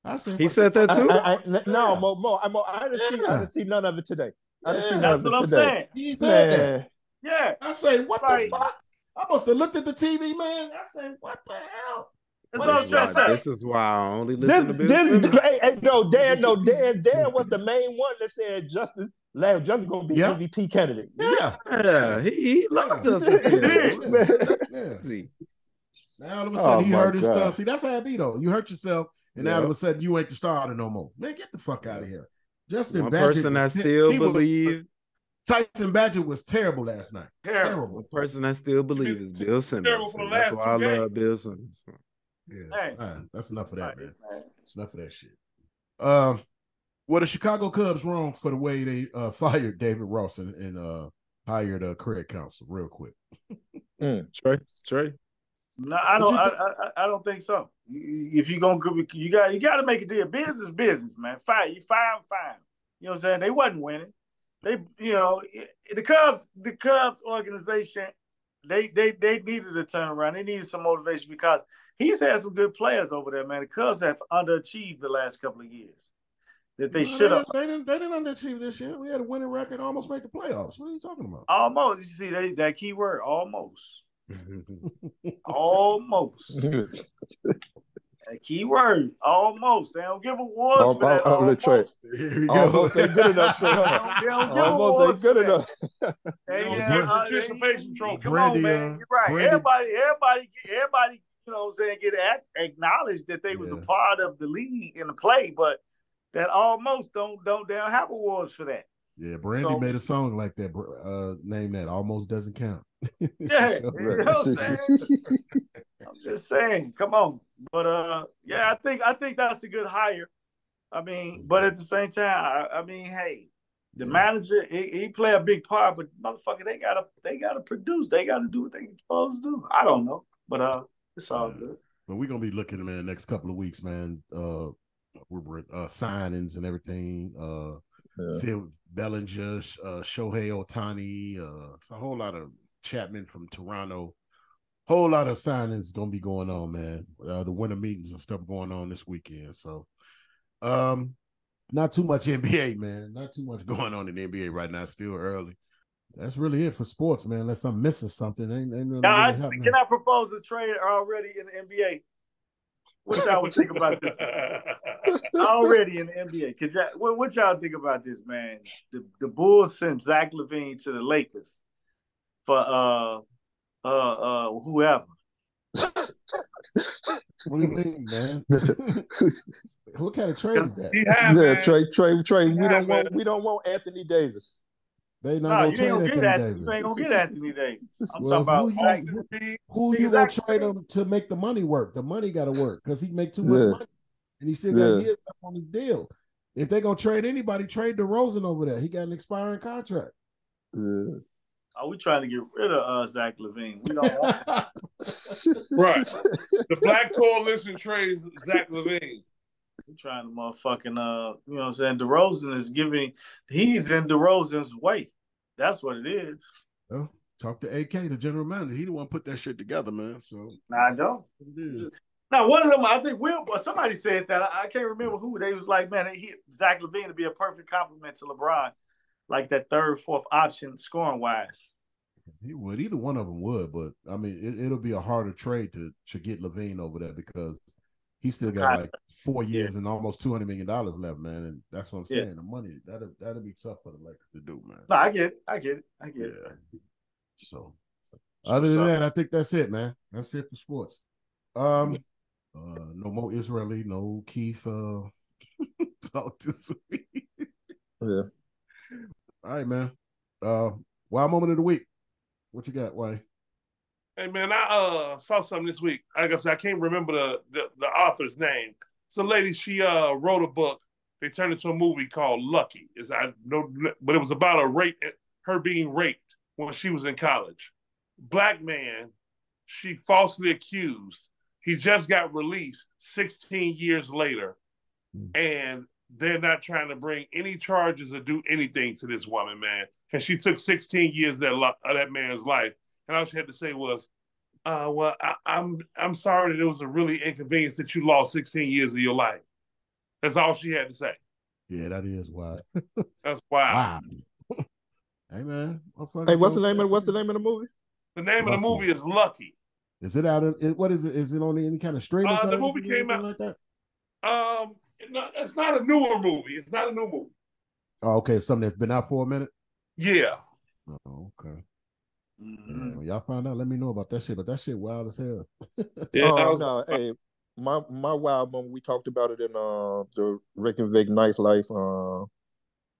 I said He what said the that fuck? I, too. I, I, no, Yeah. Mo, Mo, I'm, I didn't see, I didn't see none of it today. I didn't see Yeah. none That's of it what I'm today. saying. He said that. Man. Yeah. I say what Right. the fuck? I must have looked at the TV, man. I said what the hell? That's what What is I'm This is trying why- to This say. is why I only This, listen to Bill this, Simmons. hey, hey, no, Dan, no, Dan, Dan was the main one that said Justin, Lamb, Justin gonna be Yeah. MVP candidate. Yeah, Yeah, he, he loved Justin Yeah. Fields. yeah. yeah. Crazy. Now all of a Oh, sudden he my hurt his God. stuff. See, that's how it be though. You hurt yourself, and now all of Yeah. a sudden you ain't the starter no more. Man, get the fuck out of here. Justin One Badgett person I was- still he was- believe, Tyson Badger was terrible last night. Terrible. Terrible. person I still believe is Bill Simmons. for the and last That's why I two games. love Bill Simmons. Yeah. Hey. All right, that's enough of that, man. Right, That's enough of that shit. Um, were the Chicago Cubs wrong for the way they uh, fired David Ross and, and uh, hired uh, Craig Council real quick? Trey, Trey, No, I What don't. you I, think? I, I don't think so. You- If you gonna, you got you got to make a deal. Business, is business, man. Fine, you fine, fine. You know what I'm saying? They wasn't winning. They, you know, the Cubs, the Cubs organization, they they they needed a turnaround. They needed some motivation because he's had some good players over there, man. The Cubs have underachieved the last couple of years that they No, should have didn't- They didn't, they didn't underachieve this year. We had a winning record, almost made the playoffs. What are you talking about? almost. You see that that key word almost, almost. That key word almost. They don't give awards Al- for that. al- al- almost. Trey. Here we go. Almost ain't good enough, so, They huh? don't- they don't give Almost Oh, ain't awards good for that. enough. They You know, ain't- uh, Bra- they- participation trophy. Come Brandy, on, uh, man. You're right. Brandy- Everybody, everybody, everybody. You know, what I'm saying, get ac- acknowledged that they was a Yeah. part of the league in the play, but that almost don't don't they don't have awards for that. Yeah, Brandy So- made a song like that. br- Uh, name that almost doesn't count. Yeah, you know what I'm saying? I'm just saying, come on. But uh, yeah, I think I think that's a good hire. I mean, but at the same time, I, I mean, hey, the manager he, he play a big part, but motherfucker, they gotta they gotta produce, they gotta do what they supposed to do. I don't know, but uh, it's all Yeah. good. But we're gonna be looking, man, next couple of weeks, man. Uh we're- we're uh signings and everything. Uh Yeah. see if Bellinger, Sh- uh Shohei Otani, uh it's a whole lot of Chapman from Toronto. Whole lot of signings gonna be going on, man. Uh the winter meetings and stuff going on this weekend. So um not too much NBA, man. Not too much going on in the NBA right now, still early. That's really it for sports, man. Unless I'm missing something. Ain't, ain't really Now, I, happening. can I propose a trade already in the NBA? What y'all would think about this? Already in the NBA. Could y'all, what, what y'all think about this, man? The, the Bulls sent Zach Levine to the Lakers for uh uh uh whoever. What do you mean, man? what kind of trade is that? He had, yeah, man. Trey, Trey, Trey. We Yeah, don't man. want, we don't want Anthony Davis. They No, not you ain't gonna gonna trade get that. Anthony You Davis. ain't gonna get Anthony Davis. I'm Well, talking who about you- Zach Levine. Who you Exactly. gonna trade him to make the money work? The money gotta work because he make too much Yeah. money, and he still got Yeah. years left on his deal. If they gonna trade anybody, trade DeRozan over there. He got an expiring contract. Yeah. Are Oh, we trying to get rid of uh, Zach Levine? We don't want Right. The Black Coalition trades Zach Levine. We're trying to motherfucking uh, you know what I'm saying? DeRozan is giving he's in DeRozan's way. That's what it is. Well, talk to AK, the general manager. He the one put that shit together, man. So Nah, I don't. it Now one of them, I think Will or somebody said that. I, I can't remember who they was like, man, he, Zach Levine would be a perfect compliment to LeBron, like that third, fourth option scoring wise. He would. Either one of them would, but I mean, it, it'll be a harder trade to to get Levine over there because he still got like four years and almost two hundred million dollars left, man. And that's what I'm Yeah. saying. The money that'll that'll be tough for the Lakers to do, man. No, I get it. I get it. I get Yeah. it. So, other than So- that, I think that's it, man. That's it for sports. Um, uh, no more Israeli, no Keith uh, talk this week. Yeah. All right, man. Uh, wild moment of the week. What you got, Why? Hey man, I uh saw something this week. Like I said, I can't remember the the, the author's name. It's a lady. She uh wrote a book. They turned it to a movie called Lucky. Is I know, but it was about a rape, her being raped when she was in college. Black man, she falsely accused. He just got released 16 years later, and they're not trying to bring any charges or do anything to this woman, man. And she took 16 years of that li- of that man's life. And all she had to say was, uh, well, I, I'm I'm sorry that it was a really inconvenience that you lost 16 years of your life. That's all she had to say. Yeah, that is wild. That's why Wow. hey, man. motherfucker, Hey, what's the go- name of what's the name of the movie? the name of the Lucky. movie is Lucky. Is it out of? It, what is it? Is it on any kind of streaming? Uh, the service movie or came anything out- like that. Um, no, it's not a newer movie. It's not a new movie. Oh, okay. it's Something that's been out for a minute. Yeah, Oh, okay. Mm-hmm. Yeah, Mm-hmm. when y'all find out, let me know about that shit. But that shit wild as hell. yeah. that oh was- no, hey, my my wild moment. We talked about it in uh the Rick and Vic nightlife. Uh,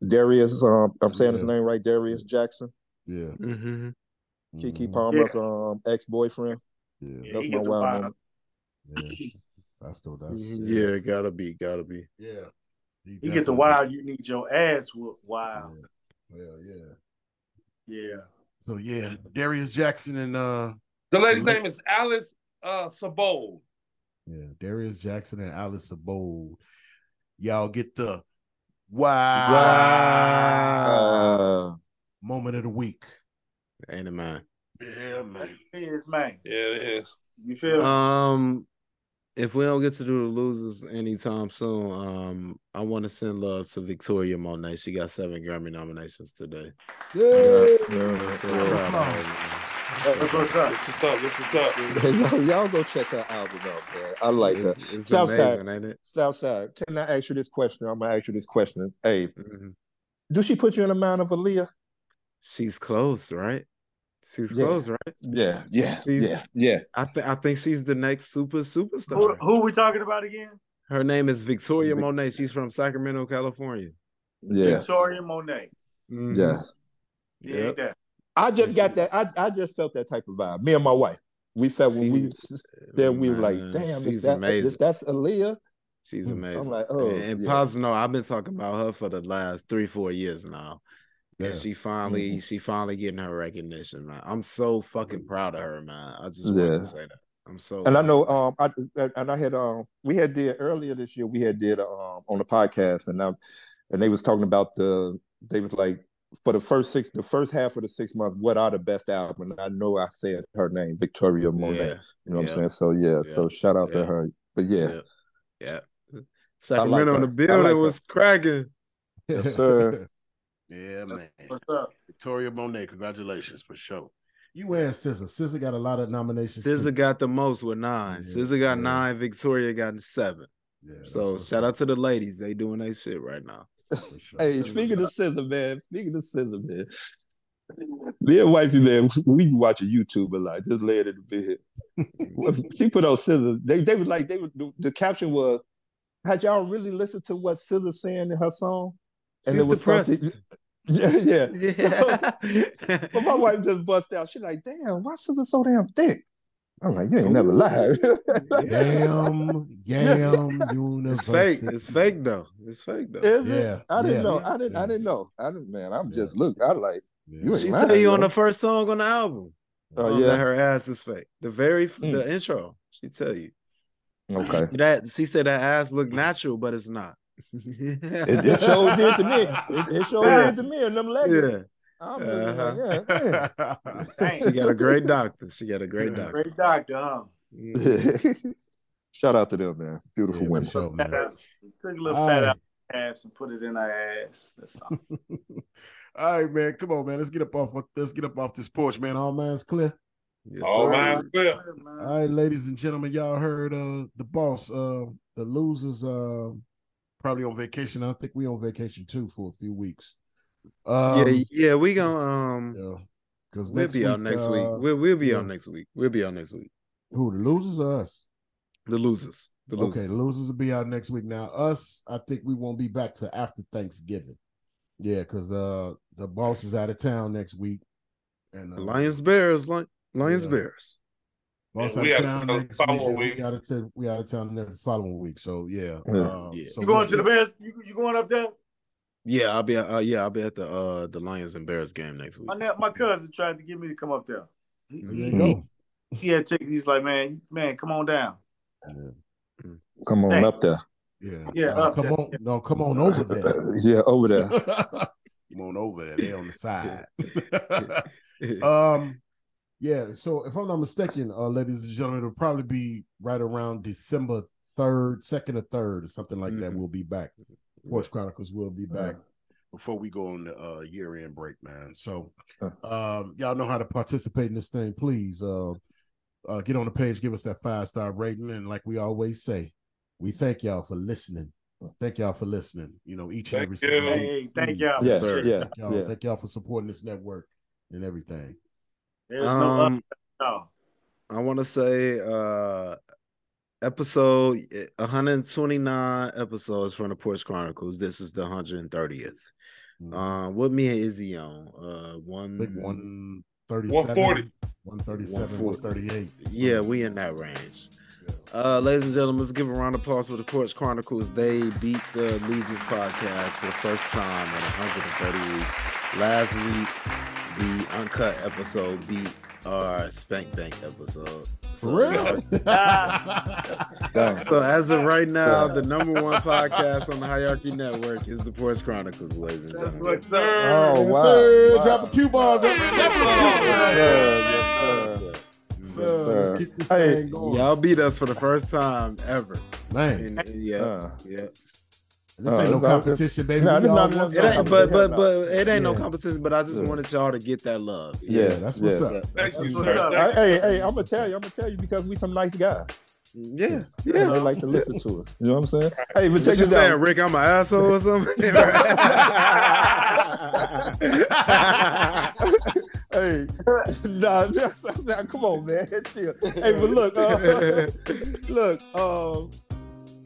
Darius, um, I'm saying his Yeah. name right. Darius Jackson, Yeah. Mhm. Kiki Mhm. Palmer's um ex boyfriend. Yeah. Yeah, That's he my is a wild wild- moment. yeah. That's the that's Mm-hmm. Yeah, gotta be, gotta be. Yeah. He You get the definitely- wild, you need your ass whooped. Wow. Yeah. Well, yeah. Yeah. So yeah, Darius Jackson and uh The lady's Lucky. name is Alice uh Sabol. yeah, Darius Jackson and Alice Abode. Y'all get the Ah. wow, Uh, moment of the week. Ain't it mine? Yeah, That's man. his man. Yeah, it is. You feel? me? Um, if we don't get to do the losers anytime soon, um, I want to send love to Victoria Monet. She got seven Grammy nominations today. Yeah. I'm so Yeah. proud of her, man. That's what's up. This what's up. This what's up. y'all, y'all go check her album out, man. I like her. It's, it's Southside. amazing, ain't it? Southside, can I ask you this question? I'm gonna ask you this question. Hey, Mhm. do she put you in the mind of Aaliyah? She's close, right? She's Yeah. close, right? Yeah, yeah, She's- yeah, yeah. I think I think she's the next super Who, superstar. who we talking about again? Her name is Victoria Vic- Monet. She's from Sacramento, California. Yeah, Victoria Monet. Mhm. yeah. Yeah. Yep. that. I just got that. I, I just felt that type of vibe. Me and my wife, we felt when we s- there, we were like, Man, "Damn, she's is that, amazing. is that's Aaliyah." She's Mm. I'm amazing. like, oh, and, and yeah. Pops, no, I've been talking about her for the last three, four years now. Yeah. And she finally, Mm-hmm. she finally getting her recognition, man. I'm so fucking proud of her, man. I just want Yeah. to say that. I'm so And I proud know, of her. um, I and I had um, we had did earlier this year. We had did um on the podcast, and I and they was talking about the they was like for the first six, the first half of the six months, what are the best album? And I know I said her name, Victoria Monet. Yeah. You know what Yeah. I'm saying? So yeah, so shout out Yeah. to her. But yeah, Yeah. Yeah. Sacramento in her. the I like building her. was cracking. Yes, sir. yeah, man. What's up? Victoria Monet, congratulations for sure. You and Scissor. Scissor got a lot of nominations. too. SZA got the most with nine. Yeah, SZA got yeah. nine. Victoria got seven. Yeah, that's so what's shout up, out to the ladies. They doing their shit right now. for sure. Hey, That's speaking what's of scissor man, speaking of scissor man, me and wifey man, we be watching YouTube a lot, just laying in the bed. Well, she put on scissors. They they was like they were, the, the caption was, "Had y'all really listened to what Scissors saying in her song?" And She's it was depressed. something- Yeah, yeah. Yeah. But my wife just bust out. She like, "Damn, why Scissor so damn thick?" I'm like, "You ain't never lied." Damn, damn, universe. It's fake. It's fake though. It's fake though. Is it? Yeah, I didn't yeah, know. I didn't. yeah. I didn't know. I didn't. Man, I'm Yeah. just look. I like. yeah. You ain't She lying, tell you on bro. the first song on the album Oh um, that yeah. her ass is fake. The very f Mm. the intro, she tell you Okay. that she said that ass look natural, but it's not. It, it sure did to me. It, it sure did to me and them legs. yeah, I'm looking like, Uh-huh. yeah, Dang. she got a great doctor. She got a great doctor. Great doctor, huh? Mm. yeah. Shout out to them, man. Beautiful Yeah, for women. sure, man. Took a little All fat right. out. abs and put it in her ass. That's all. All right, man. Come on, man. Let's get up off. Let's get up off this porch, man. All man's clear. Yes, All Oh, sir. right, well, All right, ladies and gentlemen, y'all heard uh the boss. Uh the losers uh probably on vacation. I think we on vacation too for a few weeks. Um, yeah, yeah, we gonna um yeah. Because we'll be out next week. We'll we'll be out uh, yeah. next week. We'll be out next week. Who the losers or us? The losers. The losers. Okay, the losers will be out next week. Now, us, I think we won't be back till after Thanksgiving. Yeah, because uh the boss is out of town next week. And uh, Lions Bears. Lions Yeah. Bears. boss Yeah, out we of out town the next week. following and We week. out of town. We out of town the following week. So yeah. Yeah. uh, Yeah. so You going we- to the best? You, you going up there? Yeah, I'll be at, uh, yeah, I'll be at the uh the Lions and Bears game next week. My ne- my cousin tried to get me to come up there. He, There you go. he had tickets. He's like, man, man, come on down. Come on Hey. up there. Yeah. Yeah, No, up come there. on. No, come on over there. yeah, over there. come on over there. They on the side. um, yeah. So if I'm not mistaken, uh, ladies and gentlemen, it'll probably be right around December third, second or third, or something like that. Mhm. We'll be back. Watch Chronicles will be back Uh, before we go on the uh, year end break, man. So, Yeah. um, y'all know how to participate in this thing. Please, uh, uh, get on the page, give us that five star rating, and like we always say, we thank y'all for listening. Thank y'all for listening. You know, each and Thank every you. single week. Hey, thank y'all. Yeah, sir. yeah, Thank y'all, yeah. thank y'all for supporting this network and everything. There's no um, up no. I want to say uh episode eh, 129 episodes from the Porch Chronicles. This is the 130th. Mm-hmm. Mhm. Uh, what me and Izzy on? Uh, one, I think 137, 140. 137, 140. 138. Yeah, we in that range. Uh, ladies and gentlemen, let's give a round of applause for the Porch Chronicles. They beat the Losers podcast for the first time in 130 weeks. Last week, the uncut episode beat our Spank Bank episode. So, Really? Dang. So as of right now, the number one podcast on the Hierarchy Network is the Porch Chronicles, ladies and That's gentlemen. what's up. Oh, Yes, wow. sir. wow. Drop a cue bars every Yes, second. sir. Yes, sir. So, sir. Let's get this Hey, thing going. Y'all beat us for the first time ever. Man, And, and yeah, Uh, yeah. this ain't Uh, no this not- competition, baby. Nah, We this all not- want this It that. ain't, but but but it ain't no Yeah. competition. But I just Yeah. wanted y'all to get that love. Yeah, yeah, that's what's yeah. up. Thank you, what's sir. up. Thank I- hey, hey, I'm gonna tell you, I'm gonna tell you because we some nice guys. yeah. Yeah, they like to listen to us. You know what I'm saying? Hey, but What check you this saying, out. Rick? I'm an asshole or something? Hey, nah, nah, come on, man, chill. Hey, but look, uh, look, um,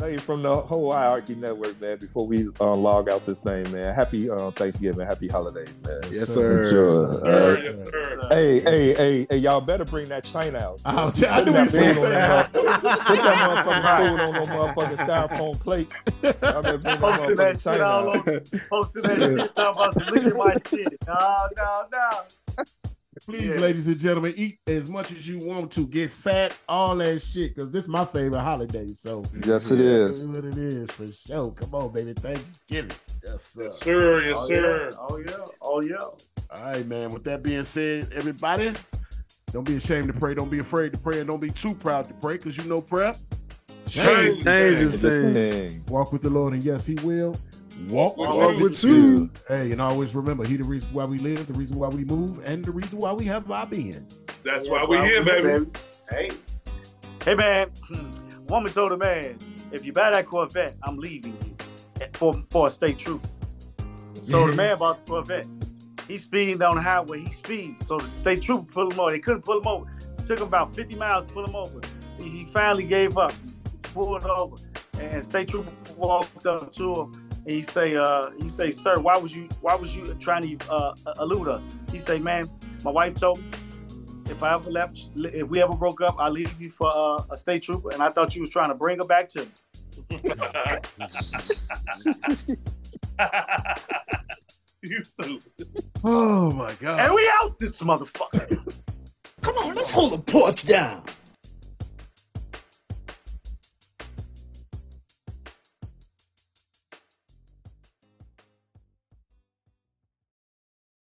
hey, from the whole hierarchy network, man. Before we uh, log out this thing, man. Happy uh, Thanksgiving, happy holidays, man. Yes, sir. Enjoy. you, sir. Uh, Yes, Yes, sir. hey, hey, hey, hey, y'all better bring that China out. I, was, I knew you was gonna say that. Put that motherfucking food on no motherfucking styrofoam plate. Y'all better bring Posted that shit that motherfucking China all out. over. Posted that shit talking about some look at my shit. No, no, no. Please, Yeah. ladies and gentlemen, eat as much as you want to. Get fat, all that shit, because this is my favorite holiday. So Yes, it is. That's what it is for sure. Come on, baby. Thanksgiving. Yes, sir. Yes, sir. Yes, Oh, sir. yeah. Oh yeah. Oh yeah. All right, man. With that being said, everybody, don't be ashamed to pray. Don't be afraid to pray, and don't be too proud to pray, because you know prayer. Change. Dangerous thing. This thing. Walk with the Lord, and yes, He will. Walk with Walk you. with you. Hey, and always remember, He the reason why we live, the reason why we move, and the reason why we have our being. That's why we here, baby. Hey. Hey man. Woman told a man, if you buy that Corvette, I'm leaving you. For for a state trooper. So the man bought the Corvette. He's speeding down the highway. He speeds. So the state trooper pulled him over. They couldn't pull him over. took him about 50 miles to pull him over. He he finally gave up. Pulled over. And state trooper walked up to him and he say, uh, he say, sir, why was you why was you trying to uh, elude us? He say, man, my wife told me if I ever left, if we ever broke up, I will leave you for uh, a state trooper, and I thought you was trying to bring her back to me. you stupid. Oh my God. And we out this motherfucker. Come on, let's hold the porch down.